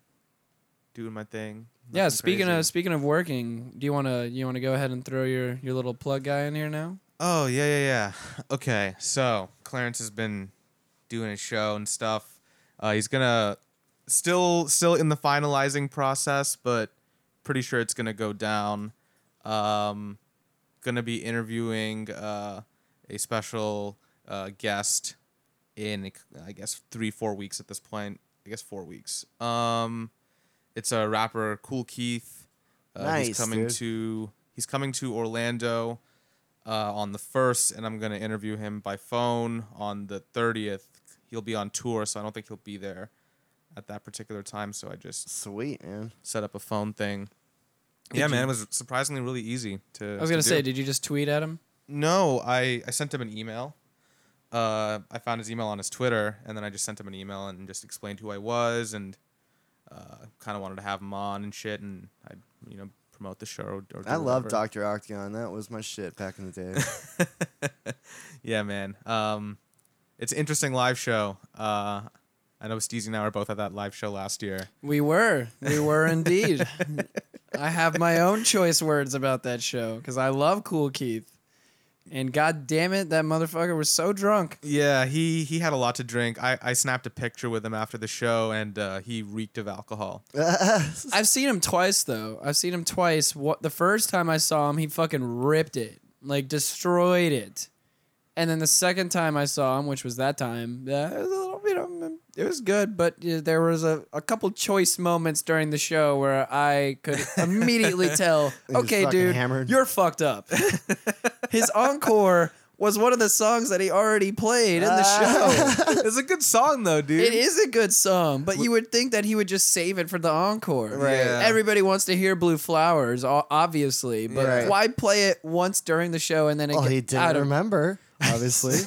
doing my thing. yeah, nothing speaking crazy. of speaking of working, do you wanna you wanna go ahead and throw your your little plug guy in here now? Oh, yeah, yeah, yeah. Okay. So, Clarence has been doing his show and stuff. Uh, he's going to still still in the finalizing process, but pretty sure it's going to go down. Um going to be interviewing uh a special uh guest in I guess 3 4 weeks at this point. I guess 4 weeks. Um it's a rapper Cool Keith. Uh, Nice, he's coming dude. to he's coming to Orlando uh, on the first, and I'm gonna interview him by phone on the thirtieth. He'll be on tour, so I don't think he'll be there at that particular time. So I just Sweet, man. set up a phone thing. yeah, man, it was surprisingly really easy to. I was gonna to say, do. did you just tweet at him? no. I I sent him an email. Uh, I found his email on his Twitter, and then I just sent him an email and just explained who I was and uh, kind of wanted to have him on and shit, and I you know promote the show. Or, or do I love whatever. Doctor Octagon. That was my shit back in the day. Yeah, man. Um, it's an interesting live show. Uh, I know Steezy and I were both at that live show last year. We were, we were indeed. I have my own choice words about that show because I love Cool Keith, and god damn it, that motherfucker was so drunk. Yeah, he he had a lot to drink. I, I snapped a picture with him after the show, and uh, he reeked of alcohol. I've seen him twice though. I've seen him twice. What the first time I saw him, he fucking ripped it, like destroyed it. And then the second time I saw him, which was that time, uh, it was a little bit. Um, it was good, but uh, there was a, a couple choice moments during the show where I could immediately tell, was okay, fucking dude, hammered. you're fucked up. His encore was one of the songs that he already played in the show. it's a good song though, dude. It is a good song, but you would think that he would just save it for the encore. Right. Yeah. Everybody wants to hear Blue Flowers, o- obviously, but Right. why play it once during the show and then it well, gets Oh, he out didn't of remember, obviously.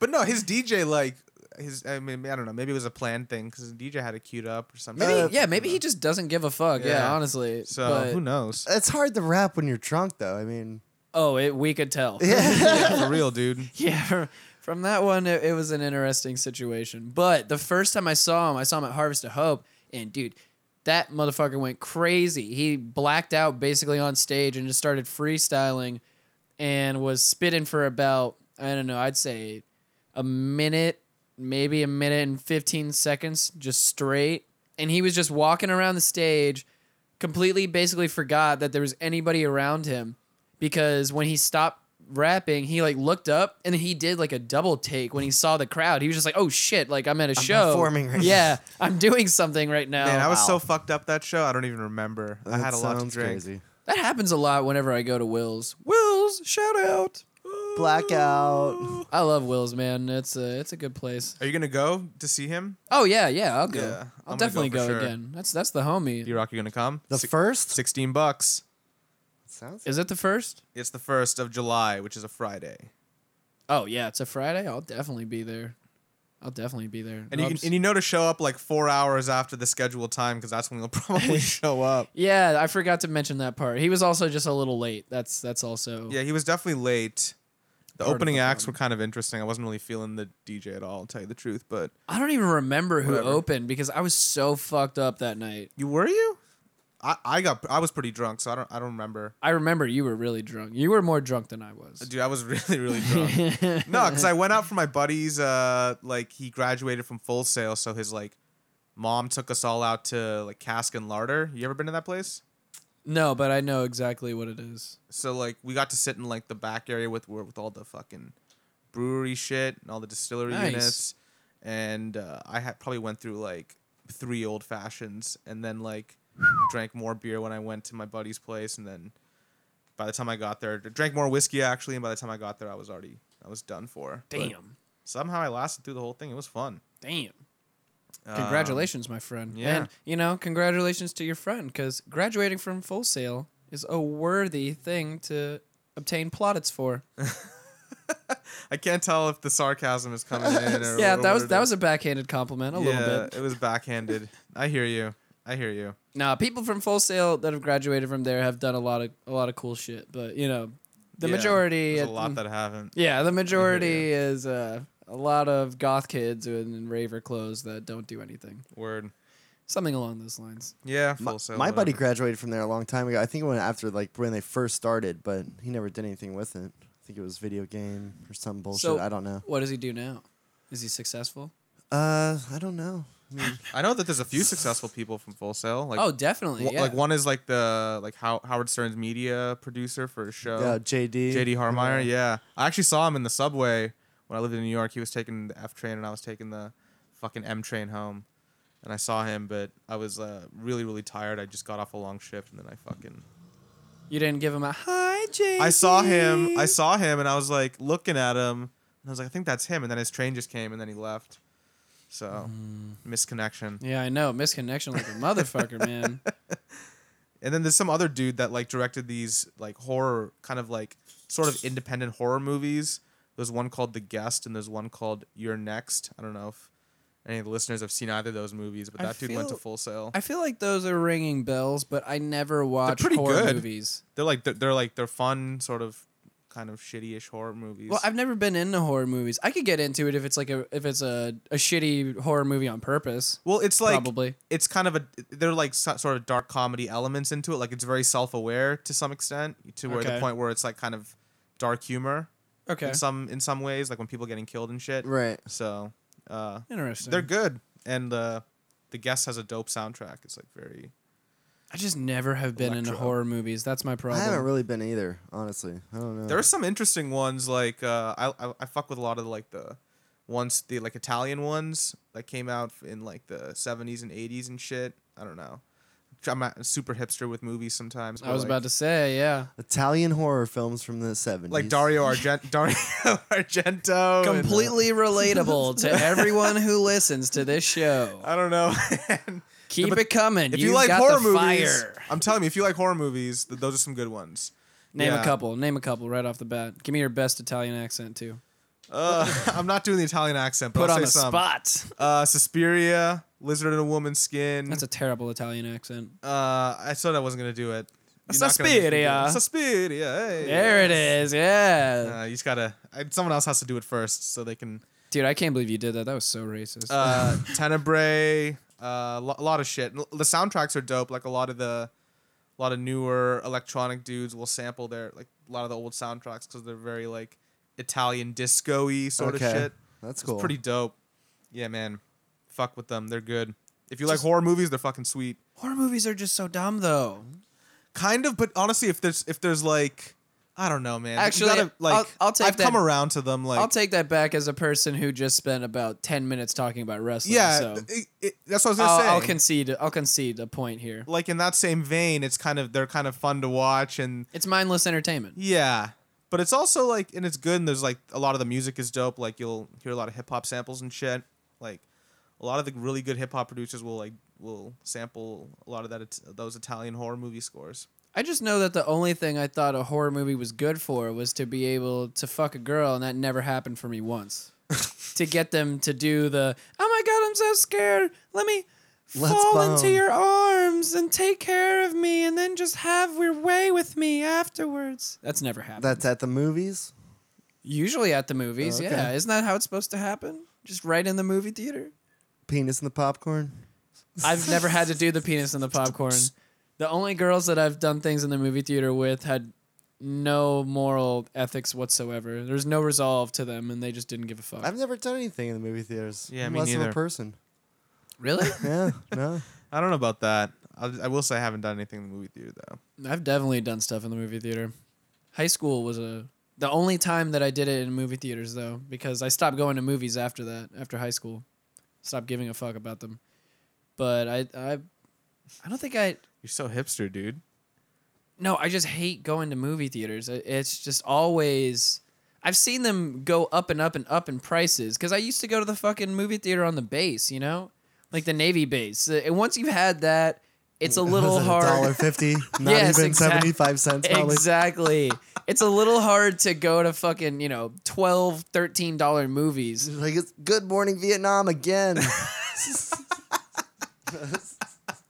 But no, his DJ like his. I mean, I don't know. Maybe it was a planned thing because DJ had it queued up or something. Maybe, Uh, yeah, maybe he just doesn't give a fuck. Yeah, Yeah. honestly. So but- who knows? it's hard to rap when you're drunk, though. I mean, oh, it, we could tell. yeah, for real, dude. yeah. From that one, it, it was an interesting situation. But the first time I saw him, I saw him at Harvest of Hope, and dude, that motherfucker went crazy. He blacked out basically on stage and just started freestyling and was spitting for about, I don't know, I'd say a minute maybe a minute and 15 seconds just straight and he was just walking around the stage completely basically forgot that there was anybody around him because when he stopped rapping he like looked up and he did like a double take when he saw the crowd he was just like oh shit like i'm at a show performing right now." yeah i'm doing something right now Man, I was wow. so fucked up that show. I don't even remember. I had a lot to sounds drink. crazy. that happens a lot whenever i go to wills wills shout out Blackout. i love wills man it's a it's a good place Are you gonna go to see him? Oh yeah, yeah, I'll go. Yeah, I'm I'll gonna definitely go go, for sure. again. That's that's the homie. D Rock, you gonna come? The Six- first sixteen bucks. sounds. Is it the first? It's the first of July, which is a Friday, Oh yeah, it's a Friday. I'll definitely be there. I'll definitely be there. and you can, Rob's- and you know to show up like four hours after the scheduled time because that's when he'll probably show up. yeah, I forgot to mention that part. He was also just a little late. That's that's also Yeah, he was definitely late. The Part of opening the acts were problem. kind of interesting. I wasn't really feeling the DJ at all. I'll tell you the truth, but I don't even remember who Whatever. opened because I was so fucked up that night. you were you? I, I got I was pretty drunk, so I don't I don't remember. I remember you were really drunk. You were more drunk than I was. Dude, I was really really drunk. No, because I went out for my buddy's. Uh, like he graduated from Full Sail, so his like mom took us all out to like Cask and Larder. You ever been to that place? no, but I know exactly what it is. So like we got to sit in like the back area with where- with all the fucking brewery shit and all the distillery Nice. units, and uh, I had probably went through like three old fashions, and then like drank more beer when I went to my buddy's place, and then by the time I got there, drank more whiskey actually, and by the time I got there, I was already I was done for. But Damn. somehow I lasted through the whole thing. It was fun. Damn. Um, Congratulations, my friend. yeah. And, you know, congratulations to your friend because graduating from Full Sail is a worthy thing to obtain plaudits for. I can't tell if the sarcasm is coming in. Or, yeah, or that what was it that is. was a backhanded compliment a little bit. It was backhanded. I hear you. I hear you. Now, people from Full Sail that have graduated from there have done a lot of a lot of cool shit, but you know, the Yeah, majority There's uh, a lot that haven't. Yeah, the majority is uh, a lot of goth kids in, in raver clothes that don't do anything. Word. Something along those lines. Yeah. Full My, sale. my buddy whatever. graduated from there a long time ago. I think it went after like when they first started, but he never did anything with it. I think it was video game or some bullshit. So- I don't know. What does he do now? Is he successful? Uh, I don't know. I mean, I know that there's a few successful people from Full Sail. Like, oh, definitely. one- yeah. like one is like the like how Howard Stern's media producer for a show. yeah, JD. JD Harmeyer. Yeah. I actually saw him in the subway when I lived in New York. He was taking the F train and I was taking the fucking M train home. And I saw him, but I was uh, really, really tired. I just got off a long shift and then I fucking. You didn't give him a hi, Jay. I saw him. I saw him and I was like looking at him and I was like, I think that's him. And then his train just came and then he left. So, Mm. misconnection. Yeah, I know. Misconnection like a motherfucker, man. And then there's some other dude that like directed these like horror kind of like sort of independent horror movies. There's one called The Guest and there's one called You're Next. I don't know if any of the listeners have seen either of those movies, but I that dude went to feel- Full Sail. I feel like those are ringing bells, but I never watch pretty horror good. movies. They're like they're, they're like they're fun sort of kind of shitty-ish horror movies. Well, I've never been into horror movies. I could get into it if it's like a if it's a, a shitty horror movie on purpose. Well, it's like Probably. it's kind of a they're like so, sort of dark comedy elements into it. Like it's very self-aware to some extent, to where Okay. the point where it's like kind of dark humor Okay. in some in some ways, like when people getting killed and shit. Right. So, uh, Interesting. they're good, and uh, the guest has a dope soundtrack. It's like very I just never have been into Electro. horror movies. That's my I problem. haven't really been either, honestly. I don't know. There are some interesting ones like uh, I, I I fuck with a lot of like the ones the like Italian ones that came out in like the seventies and eighties and shit. I don't know. I'm not super hipster with movies sometimes. I was about to say, yeah. Italian horror films from the 70s. like Dario Argent Dario Argento. and, uh, Completely relatable to everyone who listens to this show. I don't know. man. Keep but it coming. if You've you like got horror the movies, fire. I'm telling you, if you like horror movies, th- those are some good ones. Name Yeah. a couple. Name a couple right off the bat. Give me your best Italian accent too. Uh, I'm not doing the Italian accent, but Put I'll on say the some. spot. Uh, Suspiria, Lizard in a Woman's Skin. That's a terrible Italian accent. Uh, I said I wasn't gonna do it. You're not gonna make me Suspiria. do it. Suspiria. Hey. There it is. Yeah. Uh, you just gotta. I, someone else has to do it first, so they can. Dude, I can't believe you did that. That was so racist. Uh, Tenebrae. Uh, lo- a lot of shit. L- The soundtracks are dope. Like a lot of the, a lot of newer electronic dudes will sample their like a lot of the old soundtracks because they're very like Italian disco-y sort Okay. of shit. That's It's cool. pretty dope. Yeah, man. Fuck with them. They're good. If you like horror movies, they're fucking sweet. Horror movies are just so dumb, though. Kind of, but honestly, if there's if there's like, I don't know, man. You Actually, gotta, like I'll- I'll take I've come that- around to them. Like, I'll take that back as a person who just spent about ten minutes talking about wrestling. yeah, so it- it- that's what I was gonna I'll, say. I'll concede. I'll concede a point here. like in that same vein, it's kind of they're kind of fun to watch and It's mindless entertainment. yeah, but it's also like and it's good and there's like a lot of the music is dope. Like you'll hear a lot of hip hop samples and shit. Like a lot of the really good hip hop producers will like will sample a lot of that It- those Italian horror movie scores. I just know that the only thing I thought a horror movie was good for was to be able to fuck a girl, and that never happened for me once. to get them to do the oh my god, I'm so scared. Let me Let's fall into bone." your arms and take care of me, and then just have your way with me afterwards. That's never happened. That's at the movies. Usually at the movies, Oh, Okay. yeah. Isn't that how it's supposed to happen? Just right in the movie theater. Penis in the popcorn. I've never had to do the penis and the popcorn. The only girls that I've done things in the movie theater with had no moral ethics whatsoever. There's no resolve to them, and they just didn't give a fuck. I've never done anything in the movie theaters. Yeah, me unless I'm neither. a person. really? Yeah, no. I don't know about that. I, I will say I haven't done anything in the movie theater though. I've definitely done stuff in the movie theater. High school was a the only time that I did it in movie theaters though, because I stopped going to movies after that, after high school. Stopped giving a fuck about them. But I I I don't think I You're so hipster, dude. No, I just hate going to movie theaters. I- It's just always. I've seen them go up and up and up in prices because I used to go to the fucking movie theater on the base, you know, like the Navy base. Uh, And once you've had that, it's a little Was it Dollar hard. fifty, not Yes, even exact- seventy-five cents. Probably. Exactly. it's a little hard to go to fucking, you know, 12 $13 dollar movies. Like it's Good Morning Vietnam again.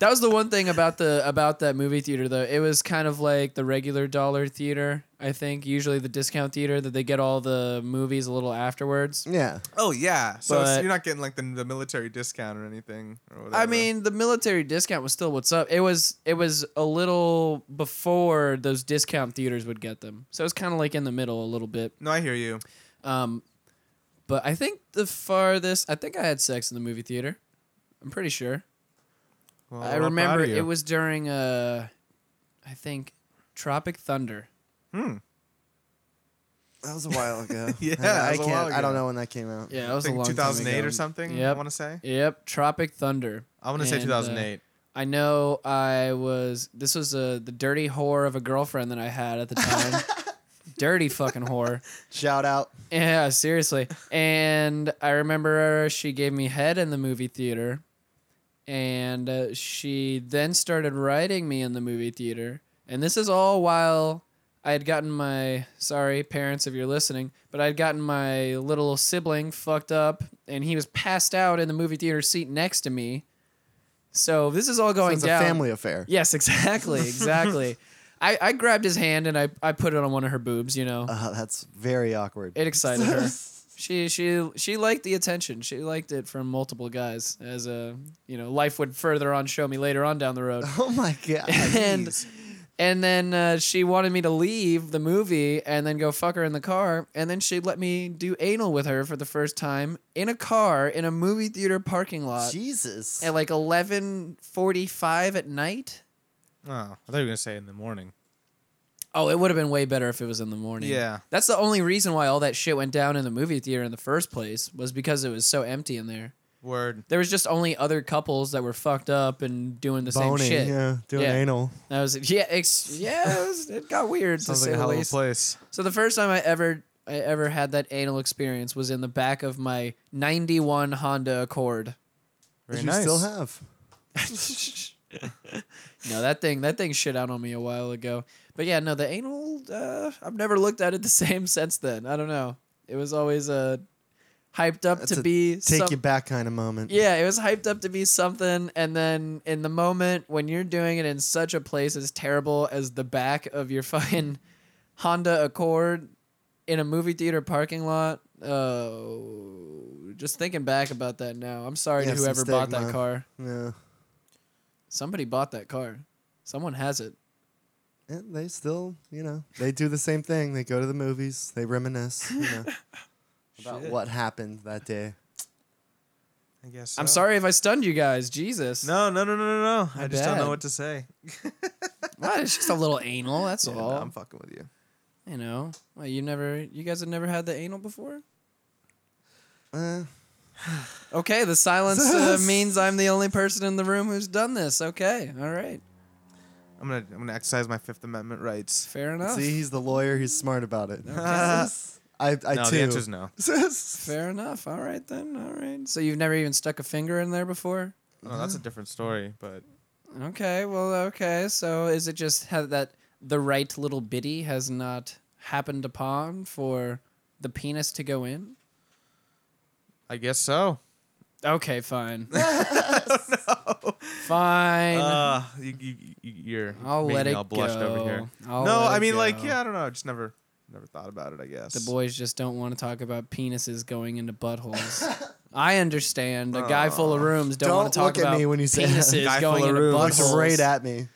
That was the one thing about the about that movie theater though. It was kind of like the regular dollar theater, I think, usually the discount theater that they get all the movies a little afterwards. yeah, Oh yeah, so it's- But- you're not getting like the, the military discount or anything. Or whatever. I mean, the military discount was still what's up. It was it was a little before those discount theaters would get them, so it's kind of like in the middle a little bit. no, I hear you. Um, but I think the farthest I think I had sex in the movie theater. I'm pretty sure. Well, I I'm proud of remember you. it was during uh, I think Tropic Thunder. Hmm. that was a while ago. Yeah, I- that I, was a can't. while I don't ago. know when that came out. Yeah, that was I a long think time 2008 ago. or something. I Yep. want to say. Yep, Tropic Thunder. I want to say And, uh, 2008. I know I was. This was a the dirty whore of a girlfriend that I had at the time. dirty fucking whore. Shout out. Yeah, seriously. And I remember she gave me head in the movie theater, and uh, she then started writing me in the movie theater. And this is all while I had gotten my sorry parents if you're listening, but I had gotten my little sibling fucked up, and he was passed out in the movie theater seat next to me. So this is all So going it's down. a family affair. Yes, exactly, exactly. I, I grabbed his hand and I, I put it on one of her boobs, you know. Uh, that's very awkward. It excited her. She she she liked the attention. She liked it from multiple guys. As a you know, life would further on show me later on down the road. oh my god. and jeez. and then uh, she wanted me to leave the movie and then go fuck her in the car. And then she let me do anal with her for the first time in a car in a movie theater parking lot Jesus. at like eleven forty five at night. Oh, I thought you were gonna say in the morning. Oh, it would have been way better if it was in the morning. Yeah. That's the only reason why all that shit went down in the movie theater in the first place was because it was so empty in there. Word. There was just only other couples that were fucked up and doing the Boning. same shit. Yeah, doing Yeah. anal. That was yeah, ex- yeah. It, was, it got weird to Sounds say like a the hell of a least. place. So the first time I ever I ever had that anal experience was in the back of my '91 Honda Accord. Very Which nice. You still have. No, that thing that thing shit out on me a while ago. But yeah, no, the anal. Uh, I've never looked at it the same since then. I don't know. It was always uh, hyped up That's to a be Take some- you back kind of moment. Yeah, it was hyped up to be something, and then in the moment when you're doing it in such a place as terrible as the back of your fucking Honda Accord in a movie theater parking lot, oh, just thinking back about that now. I'm sorry Yeah, to some whoever bought that stigma. car. Yeah. Somebody bought that car. Someone has it. And they still, you know, they do the same thing. They go to the movies. They reminisce. You know, about what happened that day. I guess. I'm so. sorry if I stunned you guys. Jesus. No, no, no, no, no, no. I My just don't bad. know what to say. What? It's just a little anal. That's Yeah, no, all. I'm fucking with you. you know. Well, you never. You guys have never had the anal before. Uh, Okay. The silence uh, means I'm the only person in the room who's done this. Okay. All right. I'm gonna I'm gonna exercise my Fifth Amendment rights. Fair enough. see, he's the lawyer. He's smart about it. Okay. I, I no, too. the answer's no. Fair enough. All right then. All right. So you've never even stuck a finger in there before. No, Oh, that's a different story. But Okay. Well. Okay. So is it just ha- that the right little bitty has not happened upon for the penis to go in? I guess so. Okay, fine. Fine. Oh, Uh, you, you, you, you're I'll making let me it all blushed go. over here. I'll no, let I it mean like go. yeah, I don't know. I just never never thought about it. I guess The boys just don't want to talk about penises going into buttholes. I understand. A guy full of rooms don't, want Don't to talk look at about me when you say that. penises Guy full going of into rooms. Looks buttholes. right at me.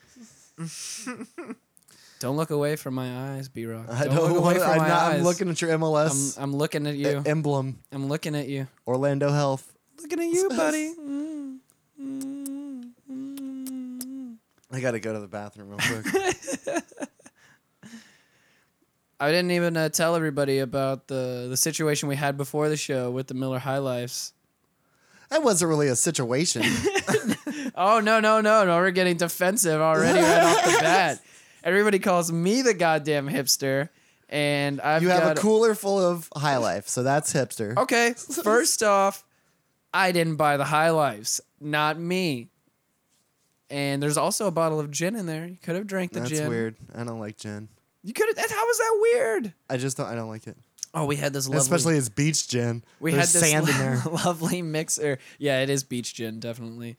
Don't look away from my eyes, B Rock. I Don't, look don't away want to. from I'm, my not, eyes. I'm looking at your I'm, MLS I'm looking at e- you. emblem, I'm looking at you. Orlando Health. Looking at you, buddy. Mm, mm, mm. I gotta go to the bathroom real quick. I didn't even uh, tell everybody about the the situation we had before the show with the Miller High Lifes. that wasn't really a situation. Oh no no no no! We're getting defensive already right off the bat. Everybody calls me the goddamn hipster, and I've You have got a cooler full of High Life, so that's hipster. Okay, first off, I didn't buy the high lifes, not me. And there's also a bottle of gin in there. You could have drank the that's gin. weird. I don't like gin. You could have. That, how is that weird? I just don't. I don't like it, Oh, we had this lovely. especially it's beach gin. we There's had this sand in lo- there. lovely mixer. Yeah, it is beach gin, definitely.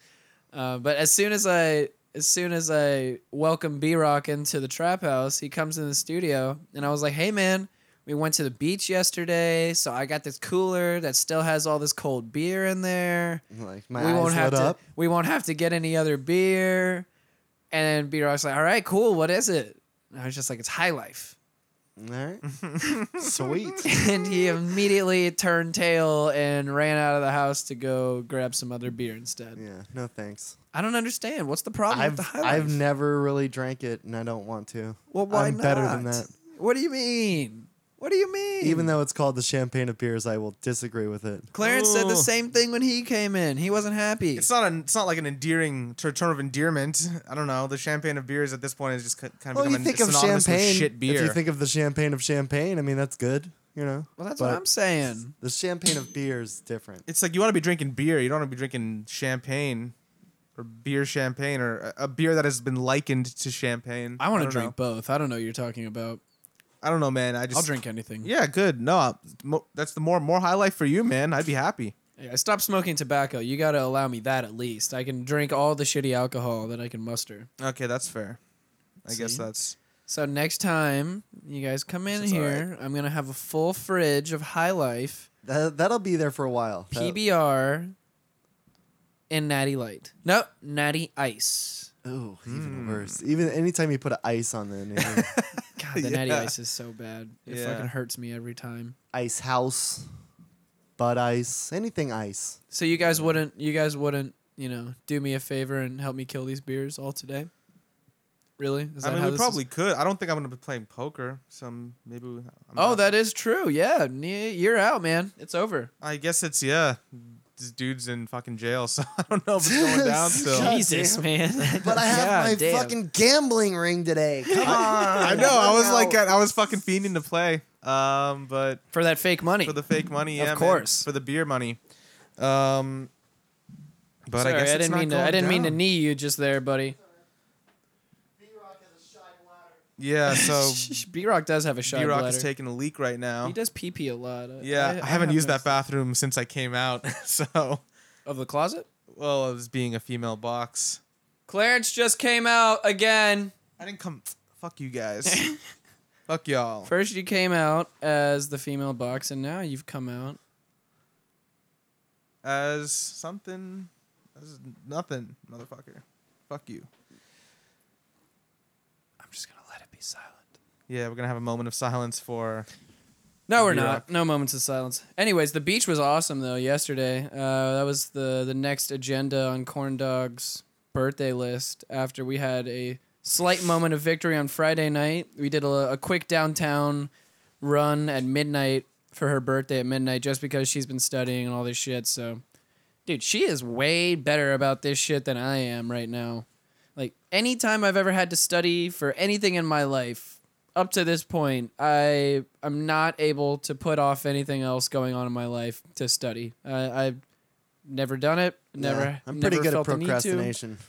Uh, but as soon as I as soon as I welcome B Rock into the trap house, he comes in the studio and I was like, Hey man, we went to the beach yesterday, so I got this cooler that still has all this cold beer in there. Like my we eyes won't have lit to up. we won't have to get any other beer. And B Rock's like, All right, cool, what is it? And I was just like, It's high life All right. Sweet. and he immediately turned tail and ran out of the house to go grab some other beer instead. Yeah. No thanks. I don't understand. What's the problem I've with the high I've life? never really drank it, and I don't want to. well, why I'm not? better than that. What do you mean? What do you mean? Even though it's called the champagne of beers, I will disagree with it. Clarence said the Ooh. same thing when he came in. He wasn't happy. it's not an it's not like an endearing ter- term of endearment. I don't know. The champagne of beers at this point is just ki- kind of Well, you becoming think of synonymous with champagne. shit beer. If you think of the champagne of champagne, I mean that's good. You know. well, that's But what I'm saying. The champagne of beer is different. it's like you want to be drinking beer. You don't want to be drinking champagne or beer champagne or a- a beer that has been likened to champagne. I want to don't drink Know. both. I don't know what you're talking about. I don't know, man. I just I'll drink anything. Yeah, good. No, I- mo- that's the more more highlight for you, man. I'd be happy. Hey, I stopped smoking tobacco. You got to allow me that at least. I can drink all the shitty alcohol that I can muster. Okay, that's fair. I See? guess that's So next time you guys come in This is all here, I'm gonna have a full fridge of High Life, That, that'll be there for a while. Uh, That- PBR, and Natty Light. Nope, Natty Ice. Ooh, Hmm. even worse. Even anytime you put an ice on the name, God, the Natty Yeah. Ice is so bad. It Yeah. fucking hurts me every time. ice house, butt ice, anything ice. So you guys wouldn't, you guys wouldn't, you know, do me a favor and help me kill these beers all today. Really? Is I how mean, we this is- probably could. I don't think I'm gonna be playing poker. Some maybe. We, I'm Oh, not- that is true. Yeah, ne- you're out, man. It's over. I guess it's yeah. This dude's in fucking jail, so I don't know if it's going down still. God Jesus, damn. man. But I have God my damn. fucking gambling ring today. Come on. I know. I was like, Out. I was fucking fiending to play. Um, but for that fake money. for the fake money, Of yeah, man. course. for the beer money. Um, but Sorry, I guess I it's didn't not mean to. going I didn't mean to down. knee you just there, buddy. Yeah, so B Rock does have a shy B Rock bladder. is taking a leak right now. he does pee pee a lot. I- Yeah, I I, haven't have used a- that bathroom since I came out. So, of the closet. well, it was being a female box. Clarence just came out again. I didn't come. Fuck you guys. Fuck y'all. First you came out as the female box, and now you've come out. As something, as nothing, motherfucker. Fuck you. I'm just gonna let it be silent. Yeah, we're gonna have a moment of silence for No, we're You're not. up. No moments of silence. Anyways, the beach was awesome though yesterday. Uh, that was the the next agenda on Corn Dog's birthday list. After we had a slight moment of victory on Friday night, we did a, a quick downtown run at midnight for her birthday at midnight, just because she's been studying and all this shit. So, dude, she is way better about this shit than I am right now. Like any time I've ever had to study for anything in my life, up to this point, I I'm not able to put off anything else going on in my life to study. I I've never done it. Never. Yeah, I'm pretty never good felt at the need to. procrastination.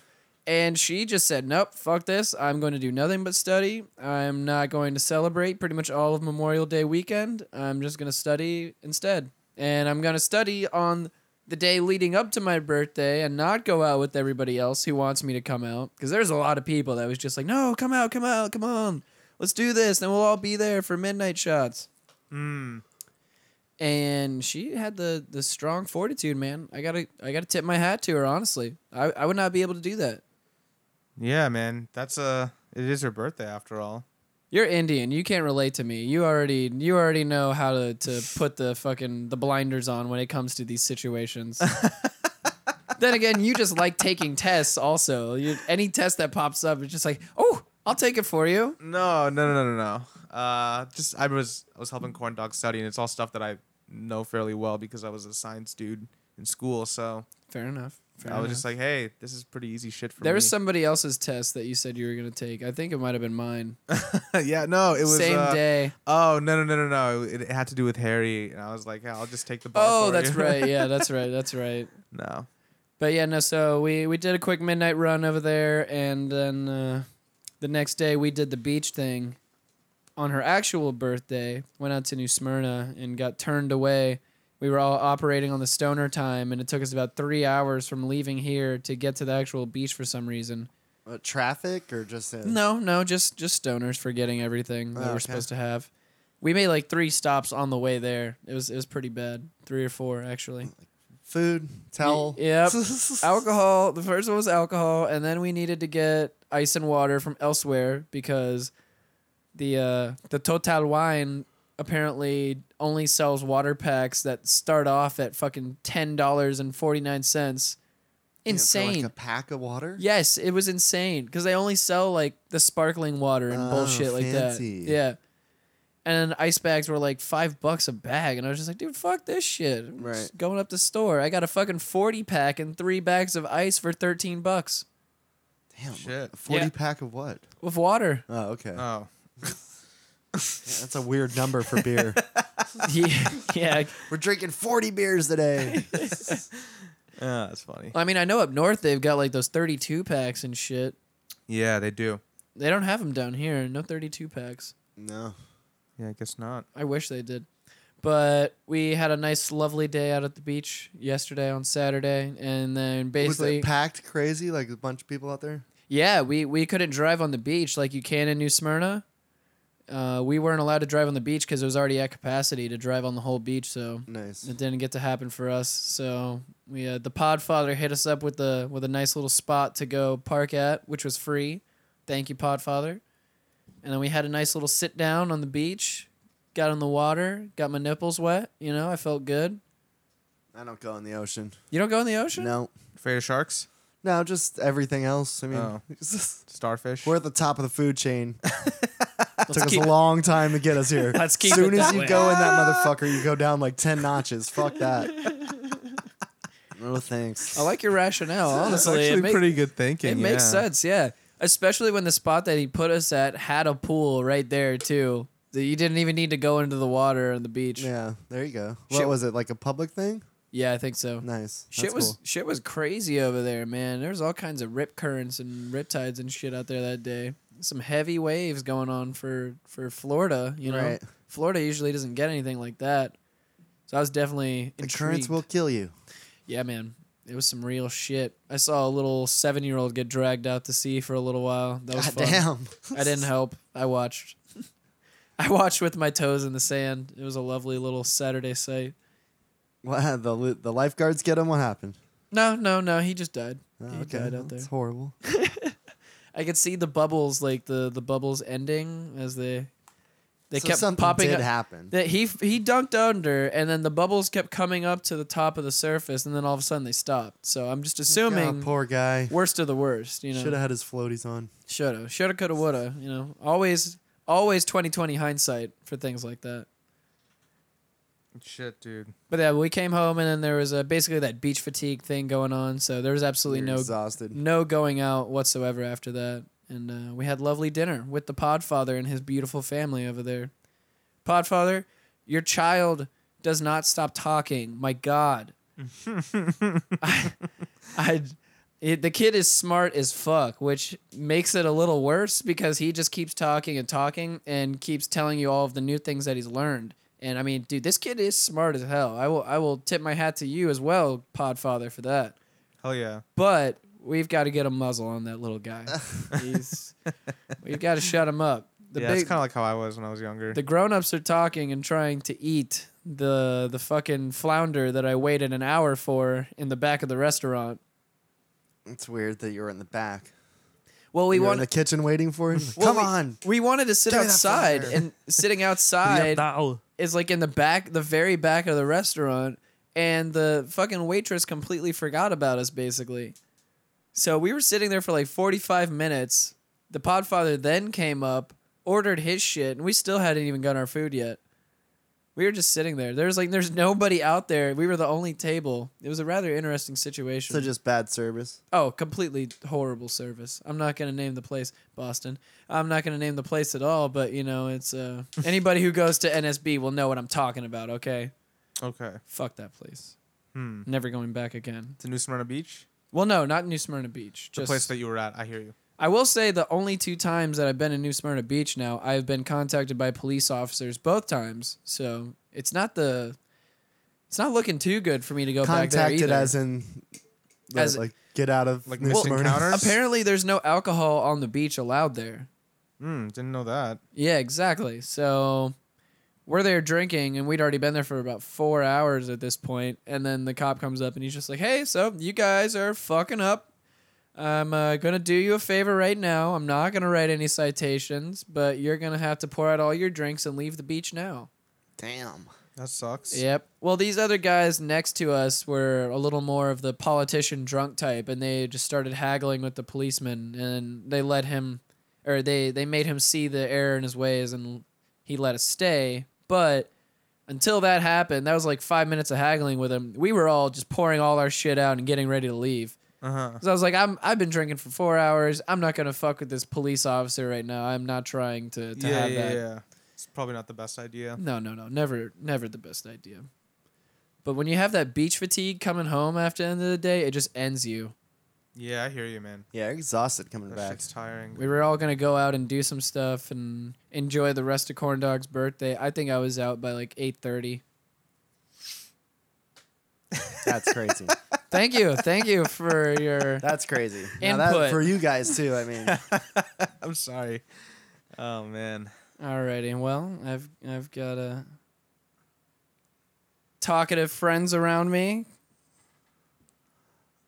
And she just said, "Nope, fuck this. I'm going to do nothing but study. I'm not going to celebrate pretty much all of Memorial Day weekend. I'm just going to study instead. And I'm going to study on the day leading up to my birthday and not go out with everybody else who wants me to come out because there's a lot of people that was just like, "No, come out, come out, come on. Let's do this. Then we'll all be there for midnight shots." Mm. and she had the the strong fortitude, man. I gotta I gotta tip my hat to her. Honestly, I I would not be able to do that. Yeah, man. That's uh It is her birthday after all. You're Indian. You can't relate to me. You already you already know how to to put the fucking the blinders on when it comes to these situations. then again, you just like taking tests. Also, you, any test that pops up, it's just like, oh, I'll take it for you. No, no, no, no, no, no. Uh, just I was I was helping corn dog study, and it's all stuff that I know fairly well because I was a science dude in school. So Fair enough. Fair I was enough. just like, hey, this is pretty easy shit for there me. was somebody else's test that you said you were gonna take. I think it might have been mine. yeah, no, it was Same uh, day. Oh no, no, no, no, no. It, it had to do with Harry, and I was like, yeah, I'll just take the bar. Oh, for that's you." right. Yeah, that's right. That's right. no. But yeah, no. So we we did a quick midnight run over there, and then uh, the next day we did the beach thing. On her actual birthday, went out to New Smyrna and got turned away. We were all operating on the stoner time, and it took us about three hours from leaving here to get to the actual beach for some reason. What, traffic or just uh, No, no, just just stoners forgetting everything that Oh, we're okay. supposed to have. We made like three stops on the way there. It was it was pretty bad, three or four actually. food, towel. yep. alcohol. The first one was alcohol, and then we needed to get ice and water from elsewhere because the uh, the Total wine apparently only sells water packs that start off at fucking ten dollars and forty nine cents. Yeah, for, Insane. like a pack of water. Yes, it was insane because they only sell like the sparkling water and Oh, bullshit like fancy. that. Yeah. And then ice bags were like five bucks a bag, and I was just like, "Dude, fuck this shit!" I'm Right. just going up the store, I got a fucking forty pack and three bags of ice for thirteen bucks Damn. Shit. a Forty Yeah. Uh. pack of what? with water. Oh, okay. Yeah, Oh, that's a weird number for beer. yeah, yeah. We're drinking forty beers today. yeah, that's funny. I mean, I know up north they've got like those thirty-two packs and shit. Yeah, they do. They don't have them down here. No thirty-two packs. no. Yeah, I guess not. I wish they did. But we had a nice, lovely day out at the beach yesterday on Saturday, and then Was basically, it packed crazy? Like a bunch of people out there. yeah, we we couldn't drive on the beach like you can in New Smyrna. Uh, we weren't allowed to drive on the beach because it was already at capacity to drive on the whole beach, so Nice. it didn't get to happen for us. So we uh, the Podfather hit us up with the with a nice little spot to go park at, which was free. Thank you, Podfather. And then we had a nice little sit down on the beach, got in the water, got my nipples wet. You know, I felt good. I don't go in the ocean. You don't go in the ocean? No. Afraid of sharks? No, just everything else. I mean, Oh. Starfish? we're at the top of the food chain. Let's Took us keep, a long time to get us here. Let's keep As soon it as that you way. go in that motherfucker, you go down like ten notches. Fuck that. No thanks. I like your rationale, honestly. That's It actually make- pretty good thinking. It makes yeah. sense, yeah. Especially when the spot that he put us at had a pool right there too. That you didn't even need to go into the water on the beach. Yeah, Yeah, there you go. Shit. What was it? Like a public thing? I think so. Nice. Shit That's was cool. shit was crazy over there, man. There's all kinds of rip currents and riptides and shit out there that day. Some heavy waves going on for for Florida, you know. Right. Florida usually doesn't get anything like that. So I was definitely The intrigued. currents will kill you. Yeah, man. It was some real shit. I saw a little 7-year-old get dragged out to sea for a little while. That was God fun. damn. I didn't help. I watched. I watched with my toes in the sand. It was a lovely little Saturday sight. What hap- the li- the lifeguards get him? What happened? No, no, no. He just died. Oh, He okay, died out there. that's horrible. I could see the bubbles, like the the bubbles ending as they They So kept something popping did up. happen. That he he dunked under, and then the bubbles kept coming up to the top of the surface, and then all of a sudden they stopped. So I'm just assuming Oh, poor guy. worst of the worst. You know, Should have had his floaties on. shoulda, shoulda, coulda, woulda. You know, always always 2020 hindsight for things like that. Shit, dude. But yeah, we came home, and then there was a, basically that beach fatigue thing going on. So there was absolutely You're no exhausted. no going out whatsoever after that. And uh, we had lovely dinner with the Podfather and his beautiful family over there. Podfather, your child does not stop talking. My God, I, I, it, the kid is smart as fuck, which makes it a little worse because he just keeps talking and talking and keeps telling you all of the new things that he's learned. And I mean, dude, this kid is smart as hell. I will, I will tip my hat to you as well, Podfather, for that Hell yeah. but we've got to get a muzzle on that little guy. He's, we've got to shut him up. The yeah, big, it's kind of like how I was when I was younger. the grown-ups are talking and trying to eat the the fucking flounder that I waited an hour for in the back of the restaurant. It's weird that you were in the back. Well, we you were in wanted the kitchen waiting for him. well, Come we- on. We wanted to sit Give me that outside, flounder. and sitting outside is like in the back, the very back of the restaurant, and the fucking waitress completely forgot about us basically. So we were sitting there for like 45 minutes. The podfather then came up, ordered his shit, and we still hadn't even gotten our food yet. We were just sitting there. There's like there's nobody out there. We were the only table. It was a rather interesting situation. So just bad service. Oh, completely horrible service. I'm not gonna name the place Boston. I'm not gonna name the place at all. But you know, it's uh, anybody who goes to NSB will know what I'm talking about. Okay, okay. fuck that place. Hmm. Never going back again. To New Smyrna Beach, Well, no, not New Smyrna Beach. the Just place that you were at. I hear you. I will say the only two times that I've been in New Smyrna Beach now, I've been contacted by police officers both times. So it's not the, it's not looking too good for me to go Oh, back there Contacted either. as in, the, As- like, get out of Like New missed Smyrna. encounters? Apparently, there's no alcohol on the beach allowed there. Hmm. Didn't know that. Yeah, exactly. So we're there drinking, and we'd already been there for about four hours at this point, And then the cop comes up and he's just like, "Hey, so you guys are fucking up. I'm uh, gonna do you a favor right now. I'm not gonna write any citations, but you're gonna have to pour out all your drinks and leave the beach now." Damn. That sucks. Yep. Well, these other guys next to us were a little more of the politician drunk type, and they just started haggling with the policeman, and they let him, or they they made him see the error in his ways, and he let us stay. But until that happened, that was like five minutes of haggling with him. We were all just pouring all our shit out and getting ready to leave. Uh huh. Because I was like, I'm I've been drinking for four hours. I'm not gonna fuck with this police officer right now. I'm not trying to to Yeah, have yeah, that. yeah. It's probably not the best idea. No, no, no. Never, never the best idea. But when you have that beach fatigue coming home after the end of the day, it just ends you. Yeah, I hear you, man. Yeah, you're exhausted coming That back. shit's tiring. We were all gonna go out and do some stuff and enjoy the rest of Corn Dog's birthday. I think I was out by like eight thirty. That's crazy. Thank you, thank you for your. That's crazy. Now that- Input. for you guys too. I mean, I'm sorry. Oh man. Alrighty, well, I've I've got a talkative friends around me.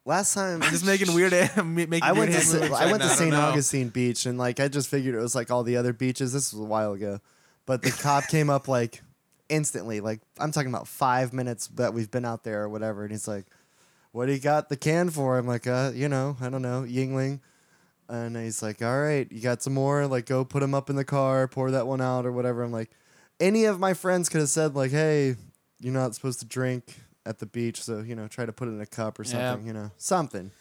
last time I'm just making weird. making I went weird to hand Sa- movements I right went to now. I don't St. know. Augustine Beach and like I just figured it was like all the other beaches. This was a while ago, but the cop came up like instantly. Like I'm talking about five minutes that we've been out there or whatever, and he's like, "What do you got the can for?" I'm like, "Uh, you know, I don't know, Yingling." And he's like, "All right, you got some more? Like, go put them up in the car, pour that one out or whatever." I'm like, any of my friends could have said like, "Hey, you're not supposed to drink." At the beach, so you know, try to put it in a cup or Yeah. something, you know, something.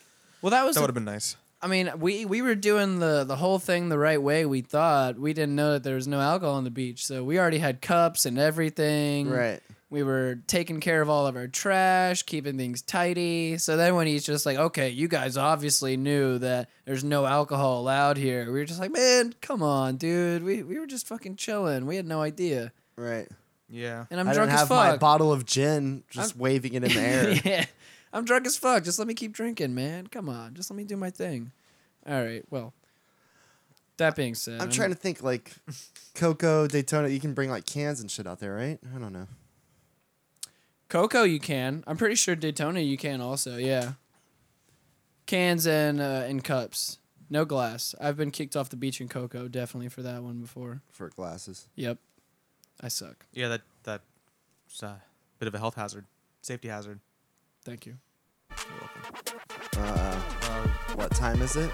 Well, that was That the would have been nice. I mean, we we were doing the the whole thing the right way. We thought we didn't know that there was no alcohol on the beach, so we already had cups and everything. Right. We were taking care of all of our trash, keeping things tidy. So then when he's just like, "Okay, you guys obviously knew that there's no alcohol allowed here," we were just like, "Man, come on, dude. We we were just fucking chilling. We had no idea." Right. Yeah. And I'm I drunk don't as have my fuck. bottle of gin just I'm- waving it in the air. yeah. I'm drunk as fuck. Just let me keep drinking, man. Come on. Just let me do my thing. All right. Well, that being said, I'm trying to think like Coco, Daytona, you can bring like cans and shit out there, right? I don't know. Coco, you can. I'm pretty sure Daytona, you can also. Yeah. Cans and uh, and cups. No glass. I've been kicked off the beach in Coco, definitely for that one before. For glasses. Yep. I suck. Yeah, that that's a bit of a health hazard, safety hazard. Thank you. You're welcome. Uh, what time is it?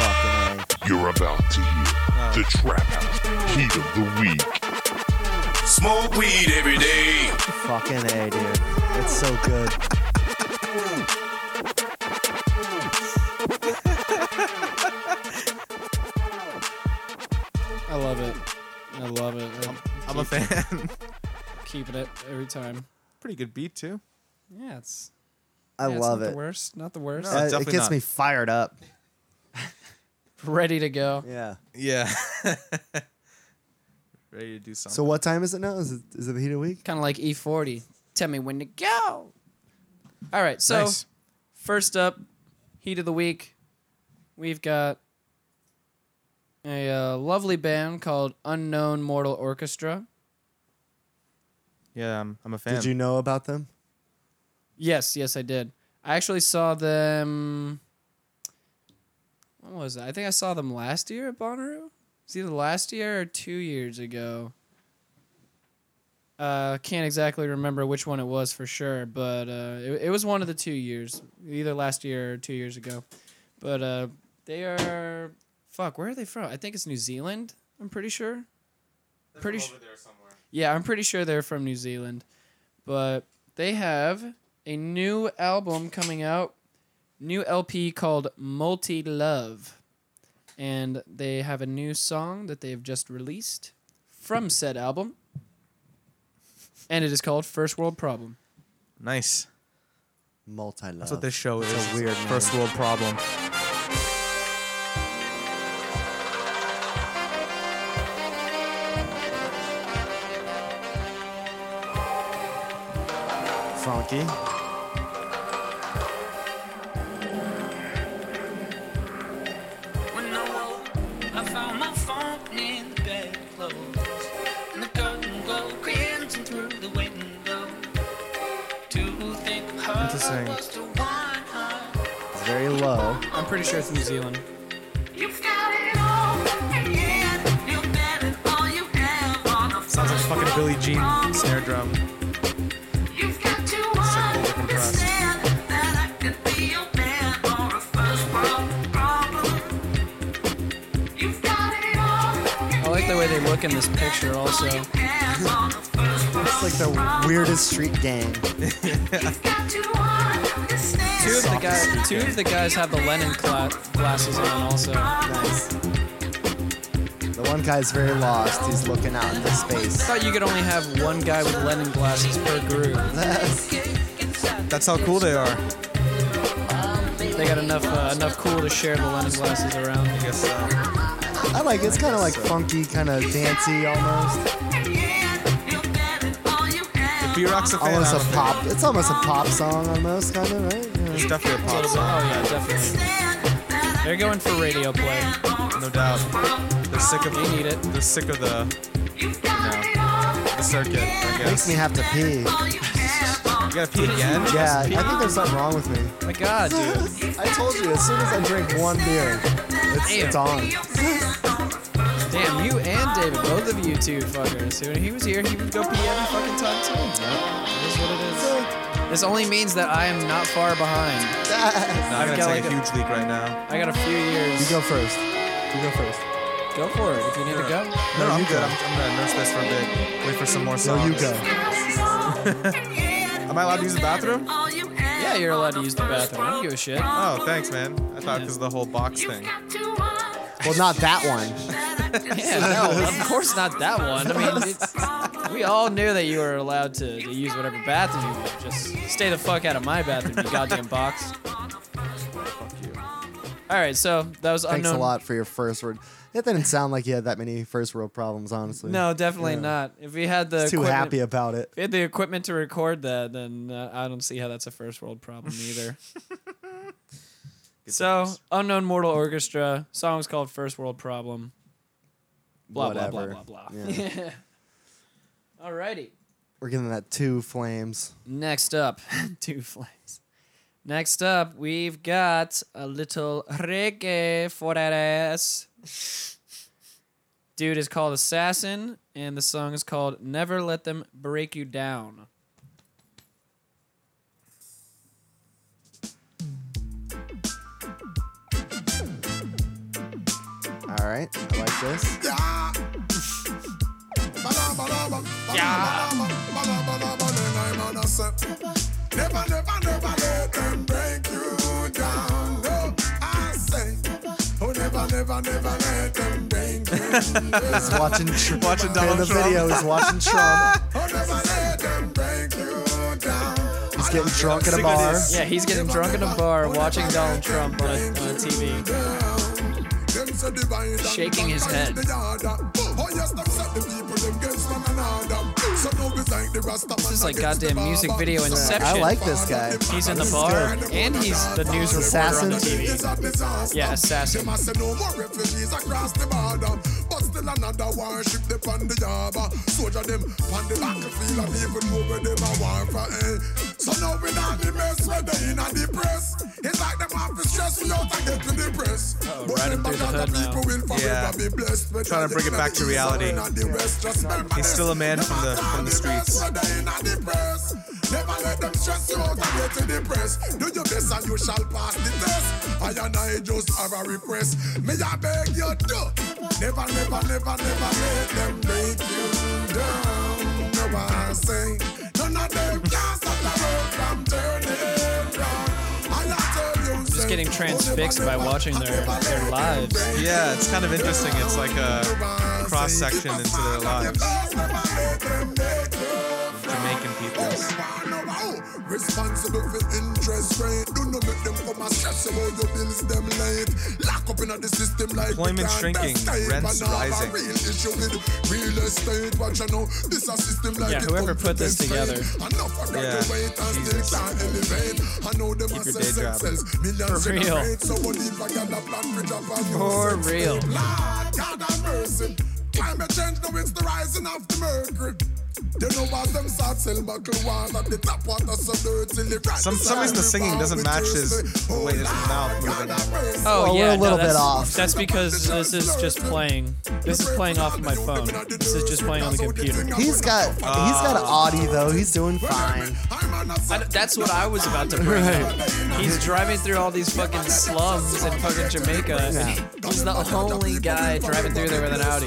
Fucking A. You're about to hear the Trap House Heat of the Week. Smoke weed every day. Fucking A, dude. It's so good. I love it. I love it. I'm, I'm a fan. Keeping it every time. Pretty good beat too. Yeah, it's. I yeah, it's love not it. The worst. Not the worst. No. Uh, it definitely gets not. me fired up. Ready to go. Yeah. Yeah. Ready to do something. So what time is it now? Is it, is it the heat of the week? Kind of like E40. Tell me when to go. All right. So Nice. first up, heat of the week. We've got a uh, lovely band called Unknown Mortal Orchestra. yeah, I'm, I'm a fan. Did you know about them? Yes, yes, I did. I actually saw them. When was it? I think I saw them last year at Bonnaroo. It's either last year or two years ago. Uh, can't exactly remember which one it was for sure, but uh, it, it was one of the two years, either last year or two years ago. But uh, they are fuck. Where are they from? I think it's New Zealand. I'm pretty sure. pretty su- yeah, I'm pretty sure they're from New Zealand. But they have a new album coming out, new LP called Multi Love. And they have a new song that they've just released from said album. And it is called First World Problem. Nice. Multi love. That's what this show is. a weird first world problem. funky. When I woke, I found my phone in the bedclothes. And the curtain glow crimson through the window. To think her Interesting. was the one I- It's very low. I'm pretty sure it's New Zealand. You've got it all again. You're betting all you have on the Sounds like first fucking world Billie Jean problem. snare drum. You've got to Simple and pressed. understand that I could be your man or a first world problem. You've got it I all like the way they look in this picture also. It's like the weirdest street gang. Two of Dude, the guys, two of the guys have the Lennon cla- glasses on also. I Nice. The one guy's very lost. He's looking out into space. thought you could only have one guy with Lennon glasses per group. That's how cool they are. They got enough uh, enough cool to share the Lennon glasses around. I guess uh, I like it's kind of like funky, kind of dancey almost. B Rock's a fan. Almost I'm a fan. pop. It's almost a pop song almost, kind of right. It's definitely a Oh pop song, yeah, definitely. They're going for radio play. no doubt. They're sick of They need it. They're sick of the the circuit. I Yeah. Makes guess. me have to pee. You gotta pee again. Yeah, I think there's something wrong with me. My God, dude. I told you, as soon as I drink one beer, it's, it's on. Damn, you and David, both of you two fuckers. When he was here, he would go pee every fucking time too. It is what it is. This only means that I am not far behind. No, I'm I've gonna got take like a a- huge leak right now. I got a few years. You go first. You go first. Go for it if you need to go. No, No, I'm you go. good. I'm, I'm gonna nurse this for a bit. Wait for some more No, songs. you go. Am I allowed to use the bathroom? Yeah, you're allowed to use the bathroom. I don't give a shit. Oh, thanks, man. I thought because of the whole box thing. Well, not that one. Yeah, no, of course not that one. I mean, it's, we all knew that you were allowed to, to use whatever bathroom you want. Just stay the fuck out of my bathroom, you goddamn box. Fuck you. All right, so that was Thanks unknown. a lot for your first word. It didn't sound like you had that many first world problems, honestly. No, definitely not. If we had the Too equipment, happy about it. if we had the equipment to record that, then uh, I don't see how that's a first world problem either. so, unknown mortal orchestra song's called First World Problem. Blah Whatever. blah blah blah blah. Yeah. Alrighty. We're giving that two flames. Next up, two flames. Next up, we've got a little reggae for that ass. Dude is called Assassin, and the song is called Never Let Them Break You Down. All right, I like this. Never, never, never let them break you down. No, I say, oh, never, never, never let them break you down. He's watching tr- Watching in the Donald Trump. video. He's watching Trump. Oh, never let them break you down. He's getting drunk at a Sick of bar. this. Yeah, he's getting drunk in a bar watching Donald Trump on a, on a TV. Them say the violence Shaking and his head. the order. Oh, yes, them set the people, them against one another. So now it's like the Rasta This man is like against the goddamn music barber. video Inception. I like this guy. He's in the This is bar, good. and he's the news reporter on the Assassin. TV. a disaster. Yeah, assassin. Oh, Them a say no more refugees across the border. But still another warship they on the harbor. Soldier them on the battlefield and even know where them a war for. Eh. So now we not the mess where they in a the press. It's like them have to stress me out and get to the press. Oh, right up through the hood now. Yeah. Trying to bring it back to reality. He's still a man from the from the streets. Never let them stress you out and get you depressed. Do your best and you shall pass the test. I and I just have a repress. Me I beg you to never, never, never, never let them break you down. No I say none of them can stop the road from turning round. And I tell you, Just getting transfixed by watching their, their lives. Yeah, it's kind of interesting. It's like a cross section into their lives. Jamaican peoples. Responsible for interest rate. Do not make them come and stress about your bills, them late. Lock up in the system like we Employment can't shrinking, escape. rents And have a rising. Real issue with real estate, but you know, this a system like Yeah, it whoever come put to this together. state. Enough of Yeah, graduate and still Jesus. can't elevate. I know them Keep your assess day job. themselves. Millions For real. generate, so what if I got a plan for job and no For sense? real. Lord, God have mercy. Climate change, now it's the rising of the mercury. They know what them start sell buckle one at the tap water so dirty. live right Some- some reason the singing doesn't match his- the way his mouth moving. Oh Well, we're yeah, a no, little bit that's- off. That's because this is just playing. This is playing off of my phone. This is just playing on the computer. He's got he's got an Audi though. He's doing fine. I d that's what I was about to bring up. He's driving through all these fucking slums in fucking Jamaica. and He's the only guy driving through there with an Audi.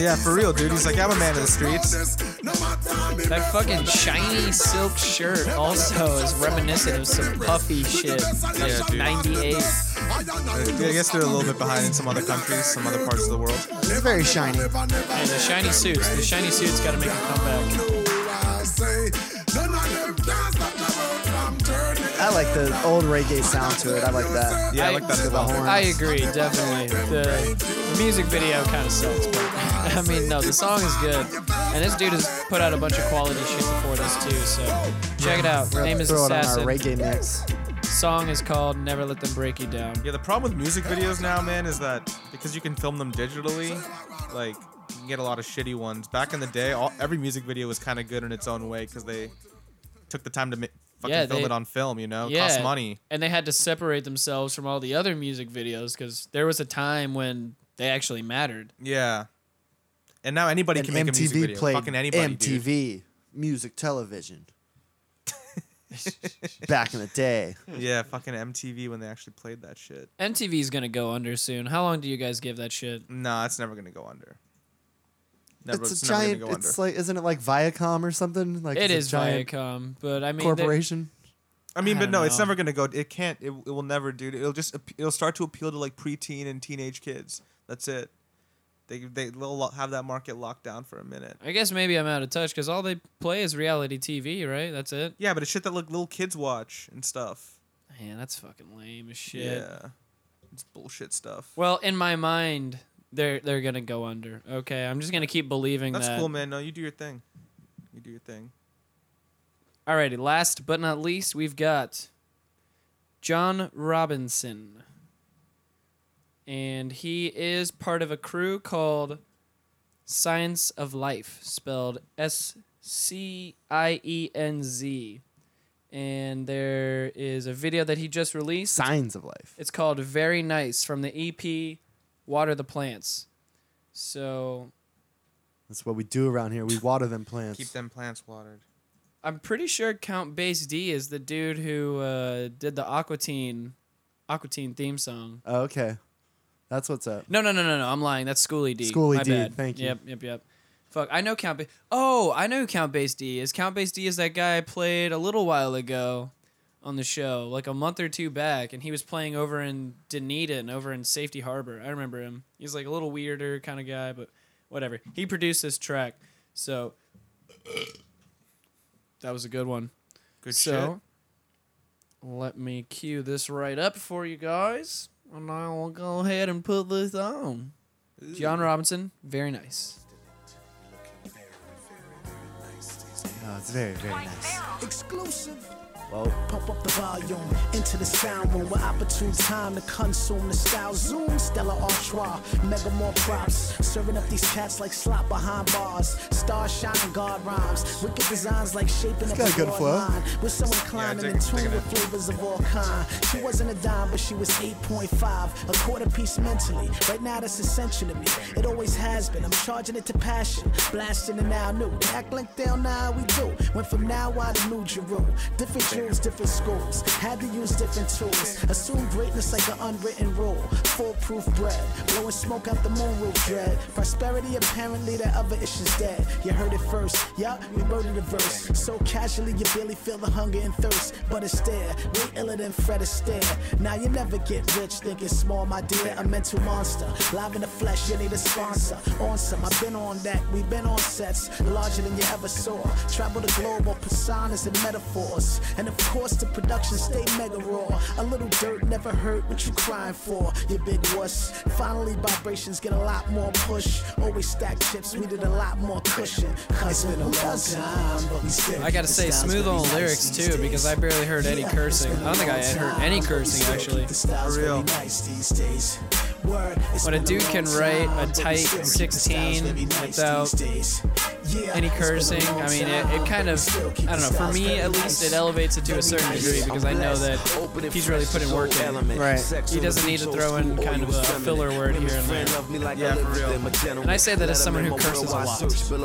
Yeah, for real, dude. He's like, I'm a man of the streets. That fucking shiny silk shirt also is reminiscent of some puffy shit. Yeah, Like dude. 98. Yeah, I guess they're a little bit behind in some other countries, some other parts of the world. He's very shiny. Hey, the shiny suits. The shiny suits gotta make a comeback. I like the old reggae sound to it. I like that. Yeah, I like that as well. I agree, definitely. The, the music video kind of sucks, but I mean, no, the song is good, and this dude has put out a bunch of quality shit before this too. So check it out. We're gonna Name is throw it on our Assassin. reggae mix. Song is called "Never Let Them Break You Down." Yeah, the problem with music videos now, man, is that because you can film them digitally, like you can get a lot of shitty ones. Back in the day, all, every music video was kind of good in its own way because they took the time to ma- fucking Yeah, film they- it on film. You know, It Yeah, cost money. and they had to separate themselves from all the other music videos because there was a time when they actually mattered. Yeah. And now anybody And can make a music MTV video. played Fucking anybody, dude. MTV music television. Back in the day, Yeah, fucking MTV when they actually played that shit. MTV's gonna go under soon. How long do you guys give that shit? Nah, it's never gonna go under. Never, it's a never giant. gonna go It's under. like isn't it like Viacom or something? Like It it's a is giant Viacom, but I mean, they- corporation. I mean, I but don't no, it's know. never gonna go. It can't. It, it will never, dude. It'll just. ap- It'll start to appeal to like preteen and teenage kids. That's it. They they will lo- have that market locked down for a minute. I guess maybe I'm out of touch because all they play is reality TV, right? That's it. Yeah, but it's shit that like little kids watch and stuff. Man, that's fucking lame as shit. Yeah, it's bullshit stuff. Well, in my mind, they're they're gonna go under. Okay, I'm just gonna keep believing That's that. cool, man. No, you do your thing. You do your thing. Alrighty, last but not least, we've got John Robinson, and he is part of a crew called Science of Life, spelled S C I E N Z. And there is a video that he just released. Signs of life. E It's called Very Nice from the EP Water the Plants. So That's what we do around here. We water them plants. Keep them plants watered. I'm pretty sure Count Base D is the dude who uh, did the Aquatine, Aquatine theme song. Oh, okay, that's what's up. No, no, no, no, no. I'm lying. That's Schooly D. Schooly My D, Bad. thank you. Yep, yep, yep. Fuck. I know Count. Ba- oh, I know who Count Base D is. Count Base D is that guy I played a little while ago on the show, like a month or two back, and he was playing over in Dunedin, over in Safety Harbor. I remember him. He's like a little weirder kind of guy, but whatever. He produced this track, so that was a good one. Good So, let me cue this right up for you guys, and I will go ahead and put this on. John Robinson, very nice. Oh, it's very very nice. Exclusive. Whoa. Pump up the volume into the sound room where opportune time to consume the style. Zoom, Stella Artois, mega more props. Serving up these cats like slop behind bars. Star shining guard rhymes. Wicked designs like shaping It's up got a good broad flow. line. With someone climbing take in it- take tune it with in. flavors of all kind. She wasn't a dime, but she was 8.5. A quarter piece mentally. Right now, that's essential to me. It always has been. I'm charging it to passion. Blasting the now new. They act like they'll know how we do. Went from now on to new Jeru. Different Jews, different schools. Had to use different tools. Assume greatness like an unwritten rule. Foolproof bread. Blowing smoke out the moonroof dread. Prosperity, apparently, the other issue's dead. You heard it first. Yup, we murdered the verse. So casually, you barely feel the hunger and thirst. But it's there. Way iller than Fred Astaire. Now you never get rich thinking small, my dear. A mental monster. Live in the flesh, you need a sponsor. On some, I've been on that. We've been on sets larger than you ever saw. Travel the globe on personas and metaphors. And of course, the production stay mega raw. A little dirt never hurt what you crying for, you big wuss. Finally, vibrations get a lot more push. Always stack chips, we did a lot more cushion. Cause it's been a long time, but we still. I gotta say, smooth on the lyrics too, because I barely heard any cursing. I don't think I had heard any cursing actually. For real. Nice these days. Word, it's When a been dude long can write time, a but we tight still keep the 16 styles really nice without these days. Yeah, Any it's been a cursing, long I mean, it, time, it kind but we of, still keep I don't the know, for styles me really at least, it nice. elevates it to a certain degree because I know that he's really putting work in. Right. He doesn't need to throw in kind of a filler word here and there. Yeah, for real. And I say that as someone who curses a lot.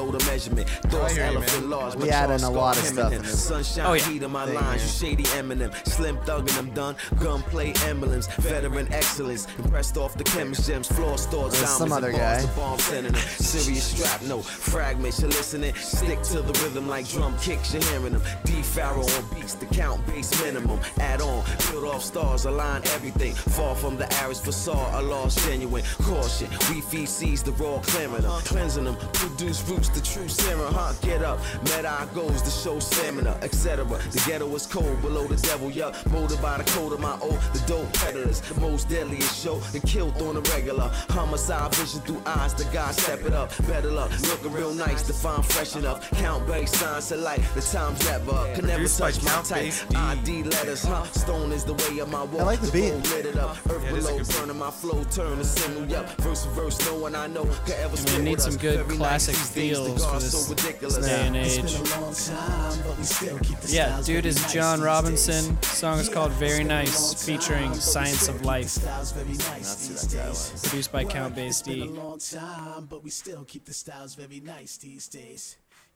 Oh, hear you, man. We add in a lot of stuff in this. Sunshine, Oh, yeah. heat in my lines. You shady Eminem. Slim thug and I'm done. Gunplay emblems. Veteran excellence. Impressed off the chemist gems. Floor stores. There's some diamonds and other bars, guy. the bomb synonym. Serious strap, no fragments. You're listening. Stick to the rhythm like drum kicks. You're hearing them. D Farrow on beats. The count base minimum. Add on. Build off stars. Align everything. Far from the average facade. A lost genuine caution. We feed seeds the raw clamor. Cleansing them. Produce roots. The true serum. Huh? Get up. Met our goals. The show stamina. Etc. The ghetto is cold. Below the devil. Yeah. Molded by the code of my old. The dope peddlers. Most deadliest show. And killed on the regular. Homicide vision through eyes. The God step it up. Better luck. Looking real nice. The fine fresh enough. Count base signs of light. The time's never up. Can never Produced by touch my Count type. Basie D. ID letters. Huh? Stone is the way of my walk. like the beat. road Lit it up. Earth Yeah, it is a below. good beat. Burning my flow. Turn the single up. Verse to verse. No one I know could ever we need some good classic feels for this ridiculous. Day and It's age. been a long time, but we still keep the Yeah, styles dude really is nice John these Robinson. days. Song is Yeah, called it's Very been a long Nice, time, featuring but we Science still of keep the Life, styles very nice these days. produced by Word, Count Base it's been a D. long time, but we still keep the styles very nice these days.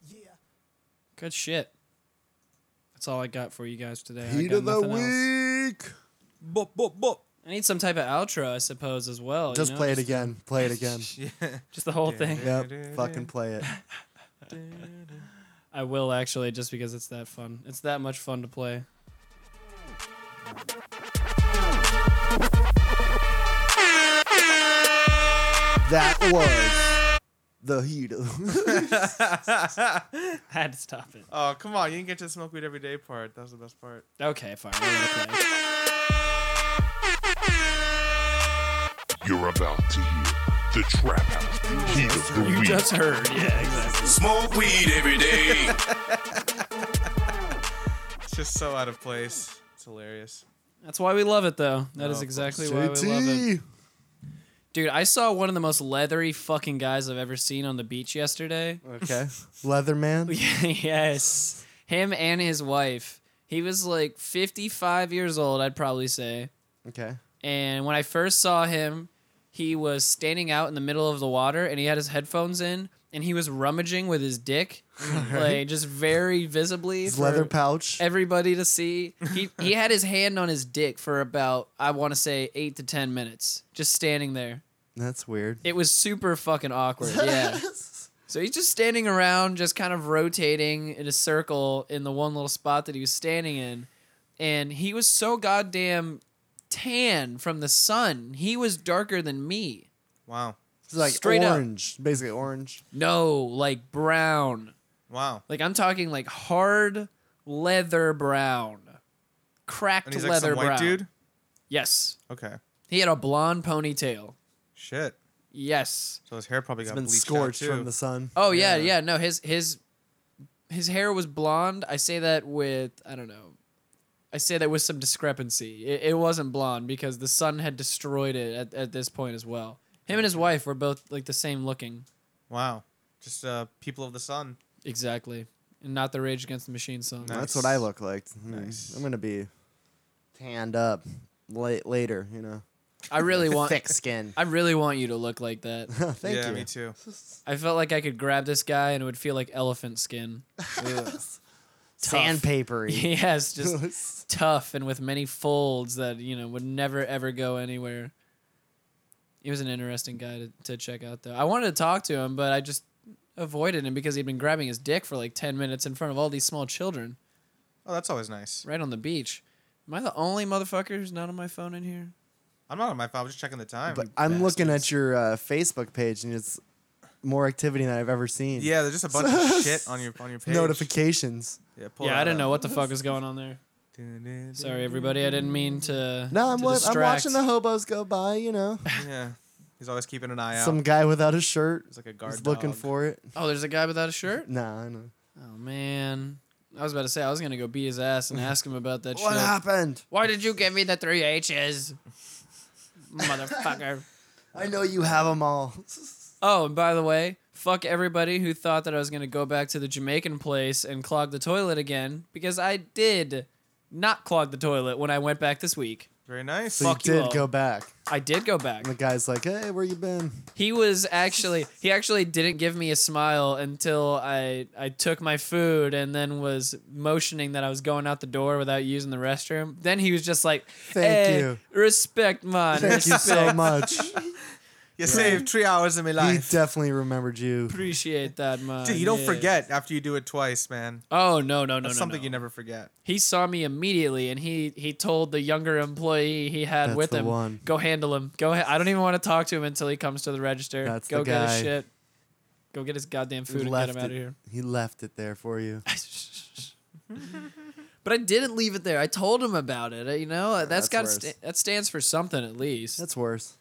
Yeah. Good shit. That's all I got for you guys today. I Heat got of the nothing else. week. Bop, bop, bop. I need some type of outro, I suppose, as well. you Just know? play it again. Play it again. Just the whole thing. Yep. Fucking play it. I will actually, just because it's that fun. It's that much fun to play. That was the heat of. I had to stop it. Oh come on, you can get to the smoke weed every day part. That's the best part. Okay, fine. we're gonna play. You're about to hear the trap house heat of the week. heard, yeah. Smoke weed every day. It's just so out of place. It's hilarious. That's why we love it, though. That is of exactly why we love it. JT. Dude, I saw one of the most leathery fucking guys I've ever seen on the beach yesterday. Okay. Leatherman. yes. Him and his wife. He was like 55 years old, I'd probably say. Okay. And when I first saw him, he was standing out in the middle of the water and he had his headphones in and he was rummaging with his dick, like just very visibly. His leather for- pouch. everybody to see. He he had his hand on his dick for about I want to say eight to ten minutes, just standing there. That's weird. It was super fucking awkward. Yeah. so he's just standing around, just kind of rotating in a circle in the one little spot that he was standing in, and he was so goddamn tan from the sun. He was darker than me. Wow. It's like Straight up. orange, basically orange. No, like brown. Wow. Like I'm talking like hard leather brown, cracked And he's like leather some white brown. dude. Yes. Okay. He had a blonde ponytail. Shit. Yes. So his hair probably It's got been bleached scorched out too. from the sun. Oh yeah, yeah, No, his his his hair was blonde. I say that with I don't know. I say that with some discrepancy. It, it wasn't blonde because the sun had destroyed it at, at this point as well. Him and his wife were both like the same looking. Wow. Just uh, people of the sun. Exactly. And not the Rage Against the Machine song. No. That's what I look like. Hmm. Nice. I'm gonna be tanned up late later. You know, I really want thick skin. I really want you to look like that. Thank yeah, you. me too. I felt like I could grab this guy and it would feel like elephant skin. Sandpapery. yes, just tough and with many folds that you know would never ever go anywhere. He was an interesting guy to, to check out though. I wanted to talk to him, but I just avoided him because he'd been grabbing his dick for like ten minutes in front of all these small children Oh, that's always nice. right on the beach. Am I the only motherfucker who's not on my phone in here? I'm not on my phone. I'm just checking the time. but I'm looking at your uh, Facebook page, and it's more activity than I've ever seen. yeah, there's just a bunch of shit on your on your page. Notifications. Yeah, yeah, I didn't know what the fuck was going on there. know. Sorry, everybody. I didn't mean to. No, I'm, to wa- I'm distract. watching the hobos go by. You know, Yeah, he's always keeping an eye out. some guy without a shirt. He's like a guard. He's looking dog. for it. Oh, there's a guy without a shirt. Nah, I know. Oh man, I was about to say I was gonna go beat his ass and ask him about that. What shit. happened? Why did you give me the three H's? Motherfucker. I know you have them all. Oh, and by the way, fuck everybody who thought that I was going to go back to the Jamaican place and clog the toilet again because I did not clog the toilet when I went back this week. Very nice. So you Fuck you did all. go back. I did go back. And the guy's like, "Hey, where you been?" He was actually he actually didn't give me a smile until I I took my food and then was motioning that I was going out the door without using the restroom. Then he was just like, Thank "Eh, you. Respect, man. Thank you so much. You saved three hours of my He life. definitely remembered you. Appreciate that, man." Dude, you don't Uh, Yeah. forget after you do it twice, man. Oh no no no That's no, something no. you never forget. He saw me immediately, and he he told the younger employee he had That's with the him, one. "Go handle him. Go. Ha- I don't even want to talk to him until he comes to the register. That's Go the get his guy. shit. Go get his goddamn He food and get left him out of it- here." He left it there for you. but I didn't leave it there. I told him about it. You know, that's that's got worse. sta- that stands for something at least. That's worse.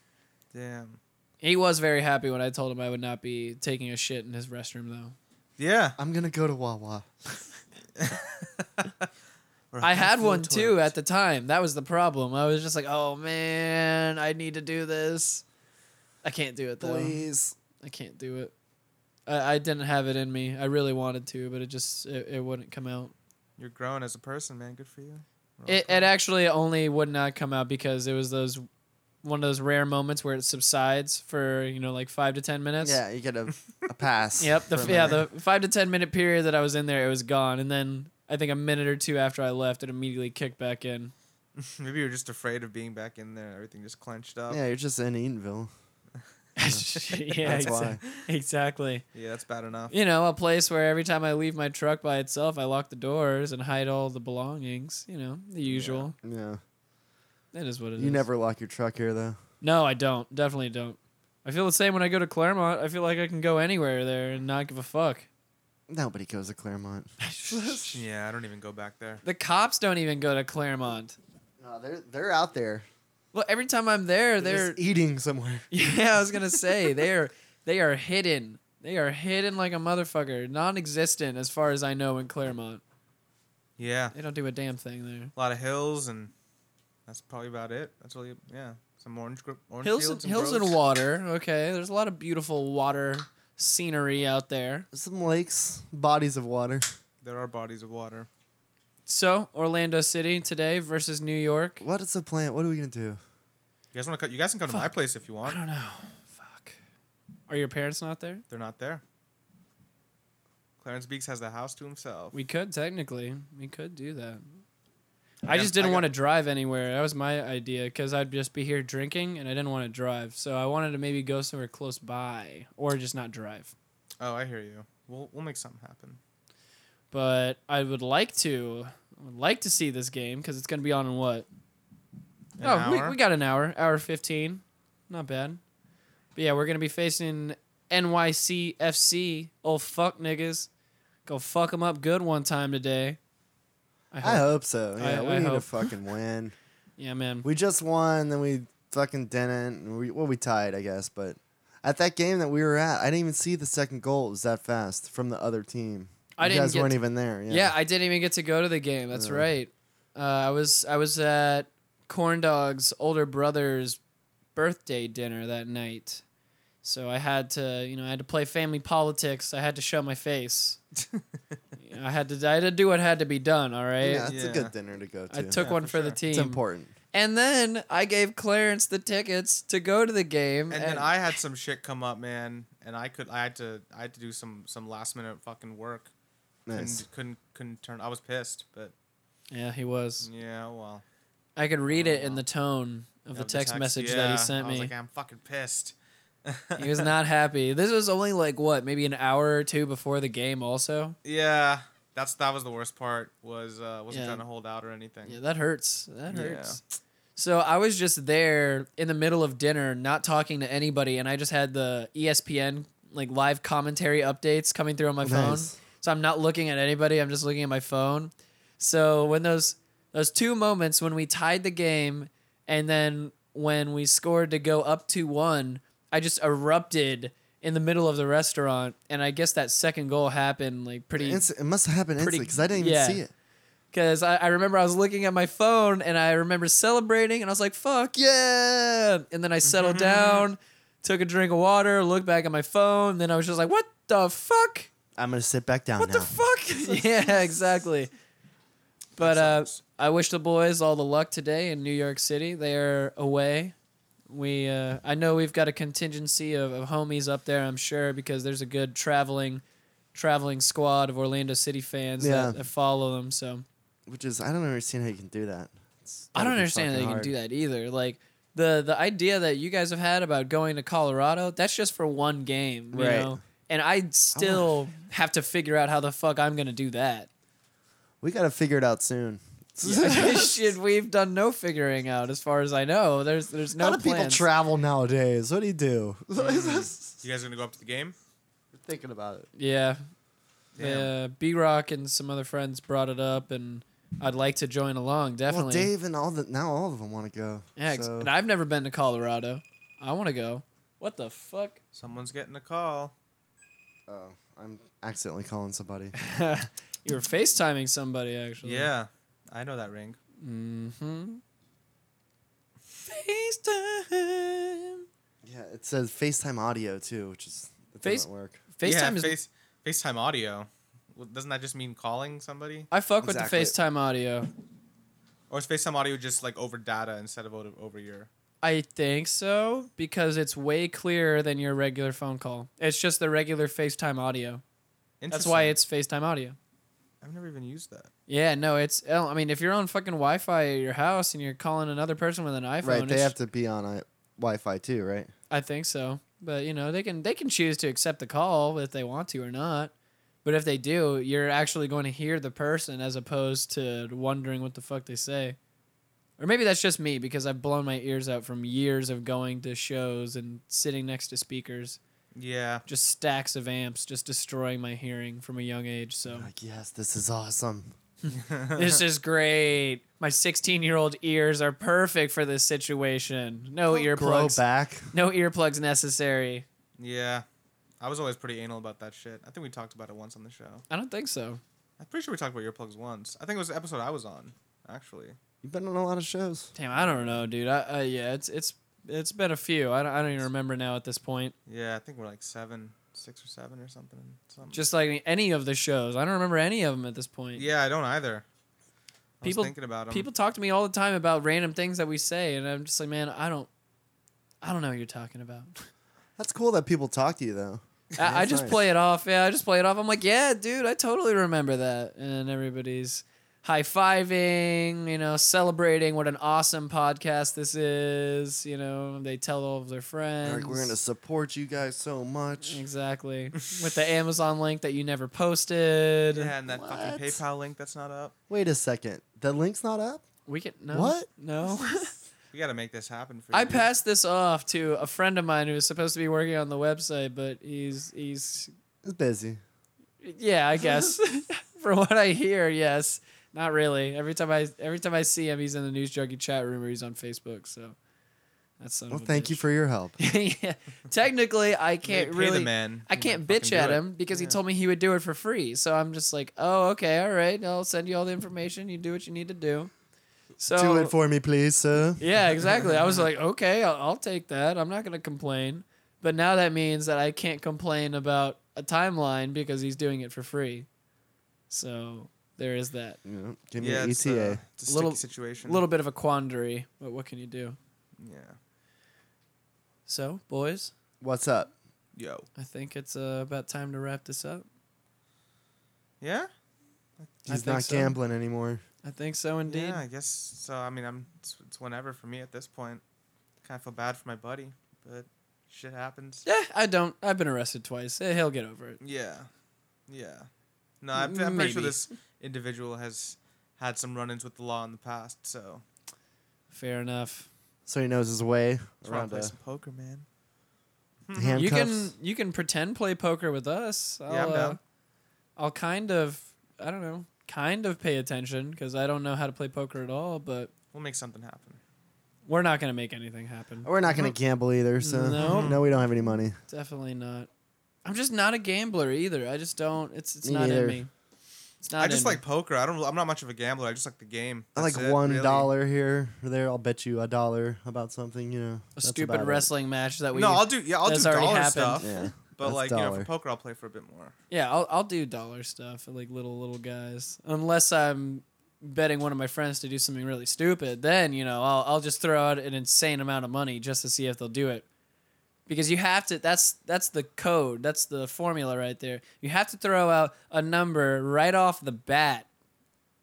Damn. he was very happy when I told him I would not be taking a shit in his restroom though. Yeah. I'm gonna go to Wawa. I had one too at the time. That was the problem. I was just like, "Oh man, I need to do this. I can't do it though." Please. I can't do it. I, I didn't have it in me. I really wanted to, but it just it, it wouldn't come out. You're growing as a person, man. Good for you. It, it actually only would not come out because it was those one of those rare moments where it subsides for you know like five to ten minutes. Yeah, you get a, a pass. Yep. The, for a yeah. minute. The five to ten minute period that I was in there, it was gone, and then I think a minute or two after I left, it immediately kicked back in. Maybe you're just afraid of being back in there. Everything just clenched up. yeah, you're just in Eatonville. yeah. That's why. Exactly. Yeah, that's bad enough. You know, a place where every time I leave my truck by itself, I lock the doors and hide all the belongings. You know, the usual. Yeah. That is what it is. You never lock your truck here though. No, I don't. Definitely don't. I feel the same when I go to Claremont. I feel like I can go anywhere there and not give a fuck. Nobody goes to Claremont. Yeah, I don't even go back there. The cops don't even go to Claremont. No, they're they're out there. Well, every time I'm there, They're they're just eating somewhere. yeah. I was gonna say they are they are hidden. They are hidden like a motherfucker, non-existent as far as I know in Claremont. Yeah. They don't do a damn thing there. A lot of hills, and that's probably about it. That's really, yeah. Some orange, gro- orange Hills and, hills fields groves. and water. Okay, there's a lot of beautiful water scenery out there. Some lakes, bodies of water. There are bodies of water. So Orlando City today versus New York. What is the plan? What are we gonna do? You guys want to? You guys can come to my place if you want. Are your parents not there? They're not there. Clarence Beeks has the house to himself. We could technically. We could do that. I got- just I didn't got- want to drive anywhere. That was my idea because I'd just be here drinking and I didn't want to drive. So I wanted to maybe go somewhere close by or just not drive. oh, I hear you. We'll we'll make something happen. But I would like to I would like to see this game because it's going to be on in what? An oh, hour? We, we got an hour, hour 15. Not bad. But yeah, we're going to be facing NYC FC. Oh, fuck niggas. Go fuck them up good one time today. I hope so. Yeah, I- we I need to hope. fucking win. Yeah, man. We just won, then we fucking didn't. And we well, we tied, I guess. But at that game that we were at, I didn't even see the second goal. It was that fast from the other team. I you didn't guys get weren't to- even there. Yeah. Yeah, I didn't even get to go to the game. That's right. Uh, I was I was at Corn Dog's older brother's birthday dinner that night, so I had to you know I had to play family politics. I had to show my face. You know, I had to I had to do what had to be done. All right. Yeah, it's a Yeah. good dinner to go to. I took one for, the team. It's important. And then I gave Clarence the tickets to go to the game. And then I had some shit come up, man, and I could I had to I had to do some some last minute fucking work. Nice. Couldn't, couldn't couldn't turn. I was pissed, but yeah, he was. yeah, well. I could read it in the tone of the Of text, message that yeah. he sent I me. was like, I'm fucking pissed. He was not happy. This was only like what, maybe an hour or two before the game. Also, Yeah, that's that was the worst part. Was uh, wasn't Yeah. trying to hold out or anything. yeah, that hurts. That Yeah. hurts. So I was just there in the middle of dinner, not talking to anybody, and I just had the E ESPN like live commentary updates coming through on my phone. Nice. So I'm not looking at anybody. I'm just looking at my phone. So when those those two moments when we tied the game and then when we scored to go up to one, I just erupted in the middle of the restaurant, and I guess that second goal happened like pretty Inst- it must have happened pretty- instantly because I didn't even yeah. see it. because I, I remember I was looking at my phone and I remember celebrating and I was like, fuck yeah. And then I settled down, took a drink of water, looked back at my phone. Then I was just like, what the fuck? I'm gonna sit back down What now. the fuck? yeah, exactly. But uh, I wish the boys all the luck today in New York City. They are away. We uh, I know we've got a contingency of, of homies up there. I'm sure because there's a good traveling traveling squad of Orlando City fans Yeah. that, that follow them. So Which is I don't understand how you can do that. It's I gotta don't be understand how fucking you can hard. do that either. Like the the idea that you guys have had about going to Colorado, that's just for one game, you Right. know. And I still have to figure out how the fuck I'm gonna do that. We gotta figure it out soon. Shit, we've done no figuring out as far as I know. There's there's no how do people plans. travel nowadays? What do you do? You guys gonna go up to the game? Thinking about it. Yeah. Damn. Yeah. B Rock and some other friends brought it up and I'd like to join along, Well, definitely. Dave and all the now all of them want to go. yeah, ex- so- and I've never been to Colorado. I wanna go. What the fuck? Someone's getting a call. Oh, I'm accidentally calling somebody. You were FaceTiming somebody actually. Yeah, I know that ring. FaceTime. yeah, it says FaceTime audio too, which is it Face- doesn't work. FaceTime yeah, is. face, FaceTime audio. Well, Doesn't that just mean calling somebody? I fuck with Exactly. the FaceTime audio. Or is FaceTime audio just like over data instead of over, over your? I think so because it's way clearer than your regular phone call. It's just the regular FaceTime audio. That's why Interesting. it's FaceTime audio. I've never even used that. Yeah, no, it's. oh, I mean, if you're on fucking Wi-Fi at your house and you're calling another person with an iPhone, Right, they it's- have to be on I- Wi-Fi too, right? I think so. But you know, they can they can choose to accept the call if they want to or not. But if they do, you're actually going to hear the person as opposed to wondering what the fuck they say. Or maybe that's just me because I've blown my ears out from years of going to shows and sitting next to speakers, Yeah, just stacks of amps, just destroying my hearing from a young age. So Like, yes, this is awesome. this is great. My 16 year old ears are perfect for this situation. No Grow earplugs. back. No earplugs necessary. yeah. I was always pretty anal about that shit. I think we talked about it once on the show. I don't think so. I'm pretty sure we talked about earplugs once. I think it was the episode I was on, actually. You've been on a lot of shows. Damn, I don't know, dude. I uh, yeah, it's it's it's been a few. I don't, I don't even remember now at this point. Yeah, I think we're like seven, six or seven or something. something. Just like any of the shows, I don't remember any of them at this point. yeah, I don't either. I people was thinking about 'em. people talk to me all the time about random things that we say, and I'm just like, man, I don't I don't know what you're talking about. That's cool that people talk to you though. I, I That's just nice. play it off. Yeah, I just play it off. I'm like, yeah, dude, I totally remember that. And everybody's high fiving, you know, celebrating what an awesome podcast this is. You know, they tell all of their friends. Like, we're gonna support you guys so much. Exactly. With the Amazon link that you never posted. Yeah, and that fucking What? PayPal link that's not up. Wait a second. The link's not up. We can no. What? No. We got to make this happen for you. I dude. passed this off to a friend of mine who was supposed to be working on the website, but he's he's It's busy. yeah, I guess. From what I hear, yes. Not really. Every time I every time I see him, he's in the news junkie chat room or he's on Facebook. So that's son Well, of a thank you bitch. for your help. yeah. Technically, I can't pay the really. man. I You can't gotta bitch fucking at do it. him because he Yeah. told me he would do it for free. So I'm just like, oh, okay, all right. I'll send you all the information. You do what you need to do. So Do it for me, please, sir. yeah, exactly. I was like, okay, I'll, I'll take that. I'm not gonna complain. But now that means that I can't complain about a timeline because he's doing it for free. So there is that Yeah, give me E Yeah, an it's, uh, ETA. it's a Little- sticky situation. little bit of a quandary. But what can you do? Yeah. So boys, What's up? Yo. I think it's uh, about time to wrap this up. Yeah. I He's think not so. gambling anymore. I think so indeed. Yeah, I guess so. I mean, I'm it's, it's whenever for me at this point. Kind of feel bad for my buddy, but shit happens. Yeah, Eh, I don't. I've been arrested twice. Eh, He'll get over it. Yeah, yeah. No, I'm, I'm pretty sure Maybe. this individual has had some run-ins with the law in the past, so Fair enough. So he knows his way that's why I around play the some poker, man. handcuffs. Mm-hmm. You can you can pretend play poker with us. I'll, Yeah, I'm down. Uh, I'll kind of I don't know, kind of pay attention because I don't know how to play poker at all. But We'll make something happen. we're not gonna make anything happen. We're not gonna gamble either, so Mm-hmm. No. Mm-hmm. no, we don't have any money. Definitely not. I'm just not a gambler either. I just don't. It's it's Me not neither. in me. It's not. I just in like Me. poker. I don't. I'm not much of a gambler. I just like the game. I like That's it, one really. dollar here or there. I'll bet you a dollar about something. You know, A That's stupid about it. wrestling match that we. No, I'll do. Yeah, I'll do That's already dollar happened. stuff. Yeah, But that's like you know, dollar. for poker, I'll play for a bit more. Yeah, I'll I'll do dollar stuff like little little guys. Unless I'm betting one of my friends to do something really stupid, then you know I'll I'll just throw out an insane amount of money just to see if they'll do it. Because you have to. That's that's the code. That's the formula right there. You have to throw out a number right off the bat.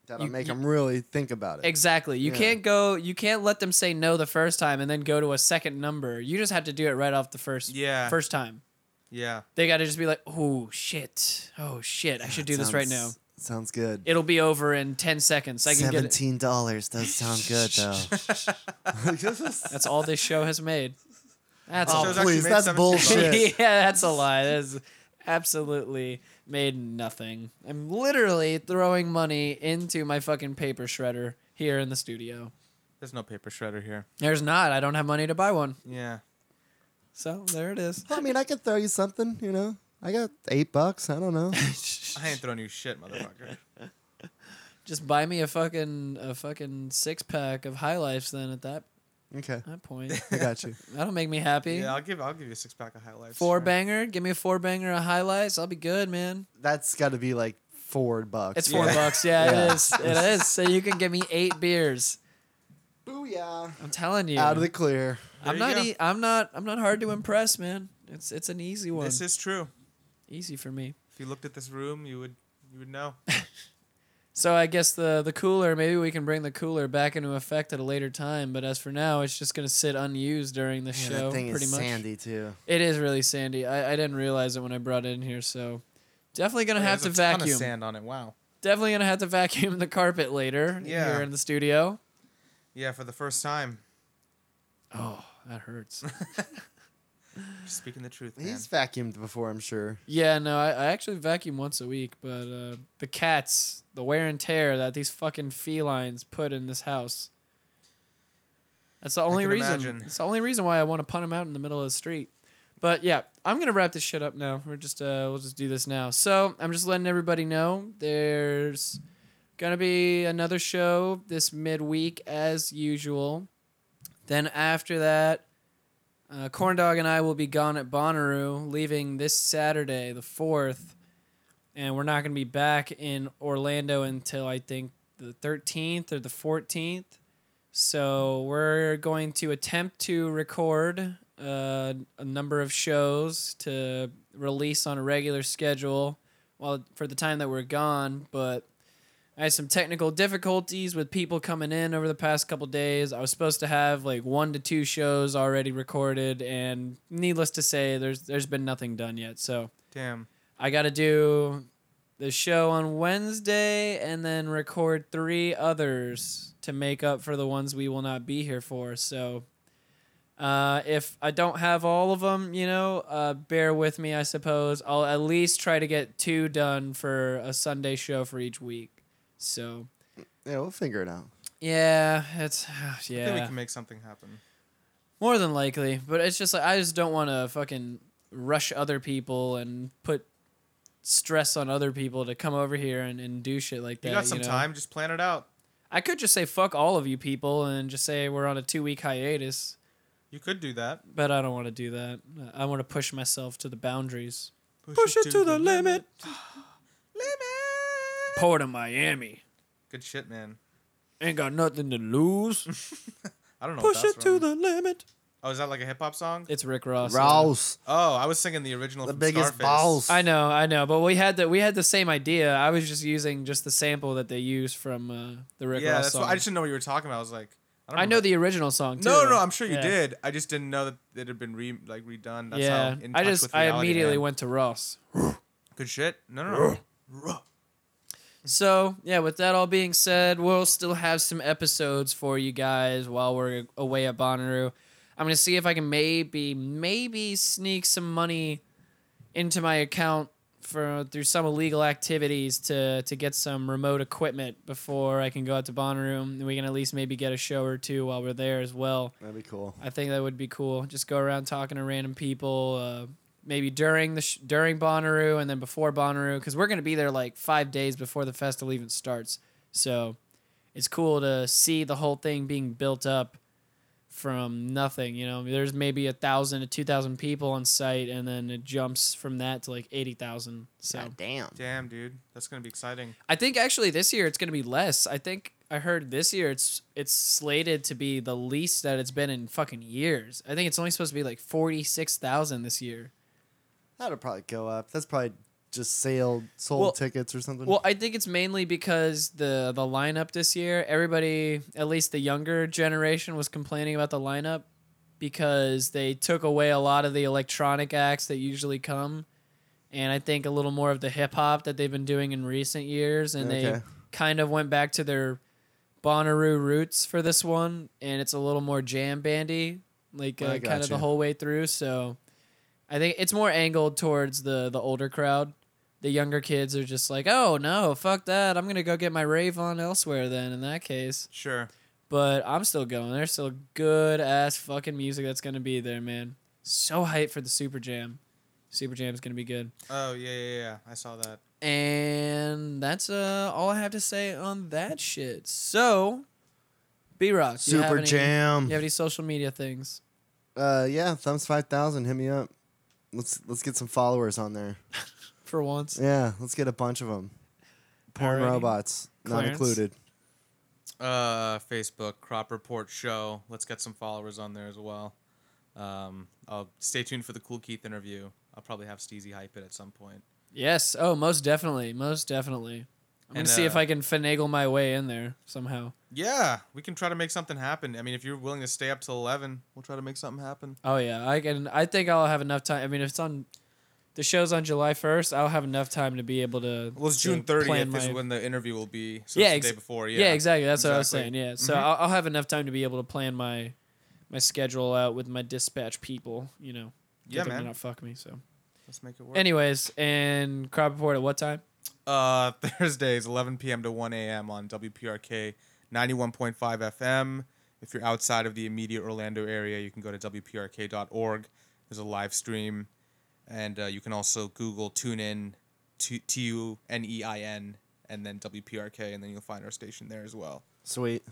that'll You- make you- him really think about it. Exactly. You Yeah. can't go. You can't let them say no the first time and then go to a second number. You just have to do it right off the first. Yeah. First time. Yeah. They got to just be like, oh shit, oh shit, I should do this right now. Sounds- Sounds good. It'll be over in 10 seconds. I can get it. Seventeen dollars does sound good though. That's all this show has made. That's Oh, all. show's actually Please, made that's 17 yeah, bullshit. that's a lie. That's absolutely made nothing. I'm literally throwing money into my fucking paper shredder here in the studio. There's no paper shredder here. There's not. I don't have money to buy one. Yeah. So there it is. I mean, I could throw you something. You know, I got eight bucks. I don't know. I ain't throwing you shit, motherfucker. Just buy me a fucking a fucking six pack of high lifes then at that, Okay, that point. I got you. That'll make me happy. yeah, I'll give. I'll give you a six pack of highlights. Four sure. banger, give me a four banger of highlights. I'll be good, man. That's got to be like four bucks. It's four Yeah. bucks. Yeah, it Yeah. is. It is. So you can give me eight beers. Booyah! I'm telling you. Out of the clear. I'm you not. go. E- I'm not. I'm not hard to impress, man. It's it's an easy one. This is true. easy for me. If you looked at this room, you would you would know. So I guess the the cooler. Maybe we can bring the cooler back into effect at a later time. But as for now, it's just gonna sit unused during the Yeah, show. that thing pretty is much. sandy too. It is really sandy. I, I didn't realize it when I brought it in here. So definitely gonna have to There's a ton of vacuum. sand on it. Wow. Definitely gonna have to vacuum the carpet later Yeah. here in the studio. Yeah, for the first time, Oh, that hurts. speaking the truth, man. He's vacuumed before, I'm sure. yeah, no, I, I actually vacuum once a week, but uh, the cats, the wear and tear that these fucking felines put in this house. That's the only can reason. imagine. It's the only reason why I want to punt them out in the middle of the street. But yeah, I'm gonna wrap this shit up now. We're just uh, we'll just do this now. So I'm just letting everybody know there's gonna be another show this midweek as usual. Then after that, uh, Corndog and I will be gone at Bonnaroo, leaving this Saturday, the fourth, and we're not going to be back in Orlando until I think the thirteenth or the fourteenth. So we're going to attempt to record uh, a number of shows to release on a regular schedule well for the time that we're gone but I had some technical difficulties with people coming in over the past couple days. I was supposed to have like one to two shows already recorded and needless to say there's there's been nothing done yet. So Damn. I got to do the show on Wednesday and then record three others to make up for the ones we will not be here for. So uh, if I don't have all of them, you know, uh, bear with me, I suppose. I'll at least try to get two done for a Sunday show for each week. So Yeah, we'll figure it out. yeah, it's I think we yeah, can make something happen. more than likely. But it's just like I just don't want to fucking rush other people and put stress on other people to come over here and, and do shit like that. You got some know? time, just plan it out. I could just say fuck all of you people and just say we're on a two week hiatus, You could do that. but I don't want to do that. I want to push myself to the boundaries. Push, Port of Miami. Good shit, man. Ain't got nothing to lose. I don't know. Push it to the limit. Oh, is that like a hip hop song? It's Rick Ross. Rouse, Oh, I was singing the original. the from biggest Scarface. balls. I know, I know, but we had the we had the same idea. I was just using just the sample that they used from uh, the Rick Yeah, Ross that's song. what, I just didn't know what you were talking about. I was like, I, don't I know remember- the original song too. No, no, I'm sure you Yeah. did. I just didn't know that it had been re like redone. That's yeah, how in I touch just with I reality immediately am. went to Ross. Good shit. No, no, no. So, yeah, with that all being said, we'll still have some episodes for you guys while we're away at Bonnaroo. I'm going to see if I can maybe, maybe sneak some money into my account for through some illegal activities to, to get some remote equipment before I can go out to Bonnaroo. And we can at least maybe get a show or two while we're there as well. That'd be cool. I think that would be cool. Just go around talking to random people, uh, maybe during the sh- during Bonnaroo and then before Bonnaroo, because we're gonna be there like five days before the festival even starts. So it's cool to see the whole thing being built up from nothing. You know, there's maybe a thousand to two thousand people on site, and then it jumps from that to like eighty thousand. So damn. Damn, dude, that's gonna be exciting. I think actually this year it's going to be less. I think I heard this year it's it's slated to be the least that it's been in fucking years. I think it's only supposed to be like 46,000 this year. That'll probably go up. That's probably just sale sold Well- tickets or something. Well, I think it's mainly because the the lineup this year, everybody, at least the younger generation was complaining about the lineup because they took away a lot of the electronic acts that usually come and I think a little more of the hip hop that they've been doing in recent years and they Okay. kind of went back to their Bonnaroo roots for this one and it's a little more jam bandy like I uh, got kind of the you. whole way through, so I think it's more angled towards the the older crowd. The younger kids are just like, "Oh no, fuck that! I'm gonna go get my rave on elsewhere." Then in that case, Sure. but I'm still going. There's still good ass fucking music that's gonna be there, man. So hyped for the Super Jam. Super Jam's gonna be good. Oh yeah, yeah, yeah. I saw that. And that's uh, all I have to say on that shit. So, B Rock, Super Jam. You have any social media things? uh, yeah, thumbs five thousand. Hit me up. Let's let's get some followers on there. For once, Yeah, let's get a bunch of them. Porn Alrighty. robots Clarence? not included. Uh, Facebook Crop Report Show. Let's get some followers on there as well. Um, I'll stay tuned for the Cool Keith interview. I'll probably have Steezy hype it at some point. yes. Oh, most definitely, most definitely. I'm gonna And, see if uh, I can finagle my way in there somehow. Yeah, we can try to make something happen. I mean, if you're willing to stay up till eleven, we'll try to make something happen. Oh yeah, I can. I think I'll have enough time. I mean, if it's on, the show's on July first. I'll have enough time to be able to. Well, it's to June plan thirtieth is my- when the interview will be. So yeah, it's ex- the day before. Yeah, yeah, exactly. That's what I was saying. Exactly. Mm-hmm. Yeah, so I'll, I'll have enough time to be able to plan my my schedule out with my dispatch people. You know, get Yeah, them man. to not fuck me. So, Let's make it work. anyways, and crop report at what time? uh, Thursdays, 11 p.m. to 1 a.m. on WPRK 91.5 FM. If you're outside of the immediate Orlando area, you can go to WPRK.org. There's a live stream. And uh, you can also Google TuneIn, T T U N E I N, and then WPRK, and then you'll find our station there as well. Sweet.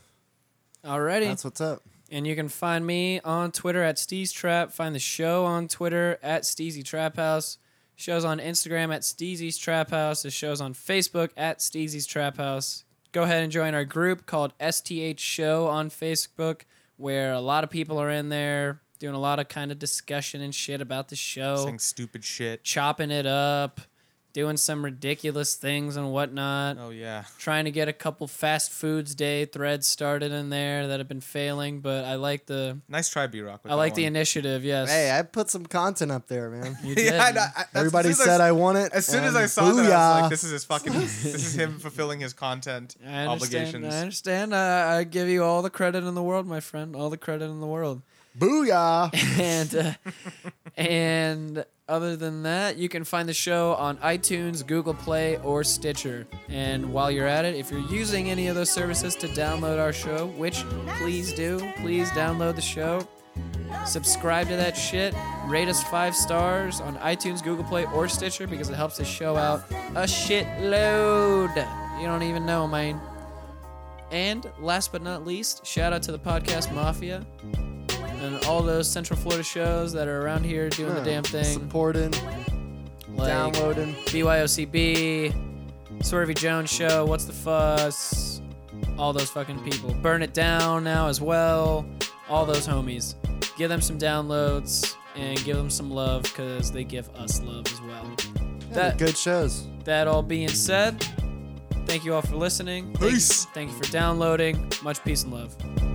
Alrighty. That's what's up. And you can find me on Twitter at Steez Trap. Find the show on Twitter at Steezy Trap House. Shows on Instagram at Steezy's Trap House. The show's on Facebook at Steezy's Trap House. Go ahead and join our group called STH Show on Facebook, where a lot of people are in there doing a lot of kind of discussion and shit about the show, saying stupid shit. chopping it up, doing some ridiculous things and whatnot. Oh yeah. Trying to get a couple fast foods day threads started in there that have been failing, but I like the Nice try, B Rock. I like the initiative. Yes, Hey, I put some content up there, man. you did. yeah, I, know, I, that's- as Everybody soon as said I want it. As soon as and I saw that, I was booyah. like, "This is his fucking. this is him fulfilling his content I understand. obligations." I understand. I, I give you all the credit in the world, my friend. All the credit in the world. booyah. and uh, and other than that, you can find the show on iTunes, Google Play, or Stitcher. And while you're at it, if you're using any of those services to download our show, which please do, please download the show. Subscribe to that shit. Rate us five stars on iTunes, Google Play, or Stitcher because it helps the show out a shitload. You don't even know, man. And last but not least, shout out to the podcast Mafia and all those Central Florida shows that are around here doing the damn thing. Supporting, like downloading. BYOCB, Swervy Jones Show, What's the Fuss, all those fucking people. Burn It Down now as well. All those homies. Give them some downloads and give them some love because they give us love as well. They're That, good shows. that all being said, thank you all for listening. Thank you- Peace. thank you for downloading. Much peace and love.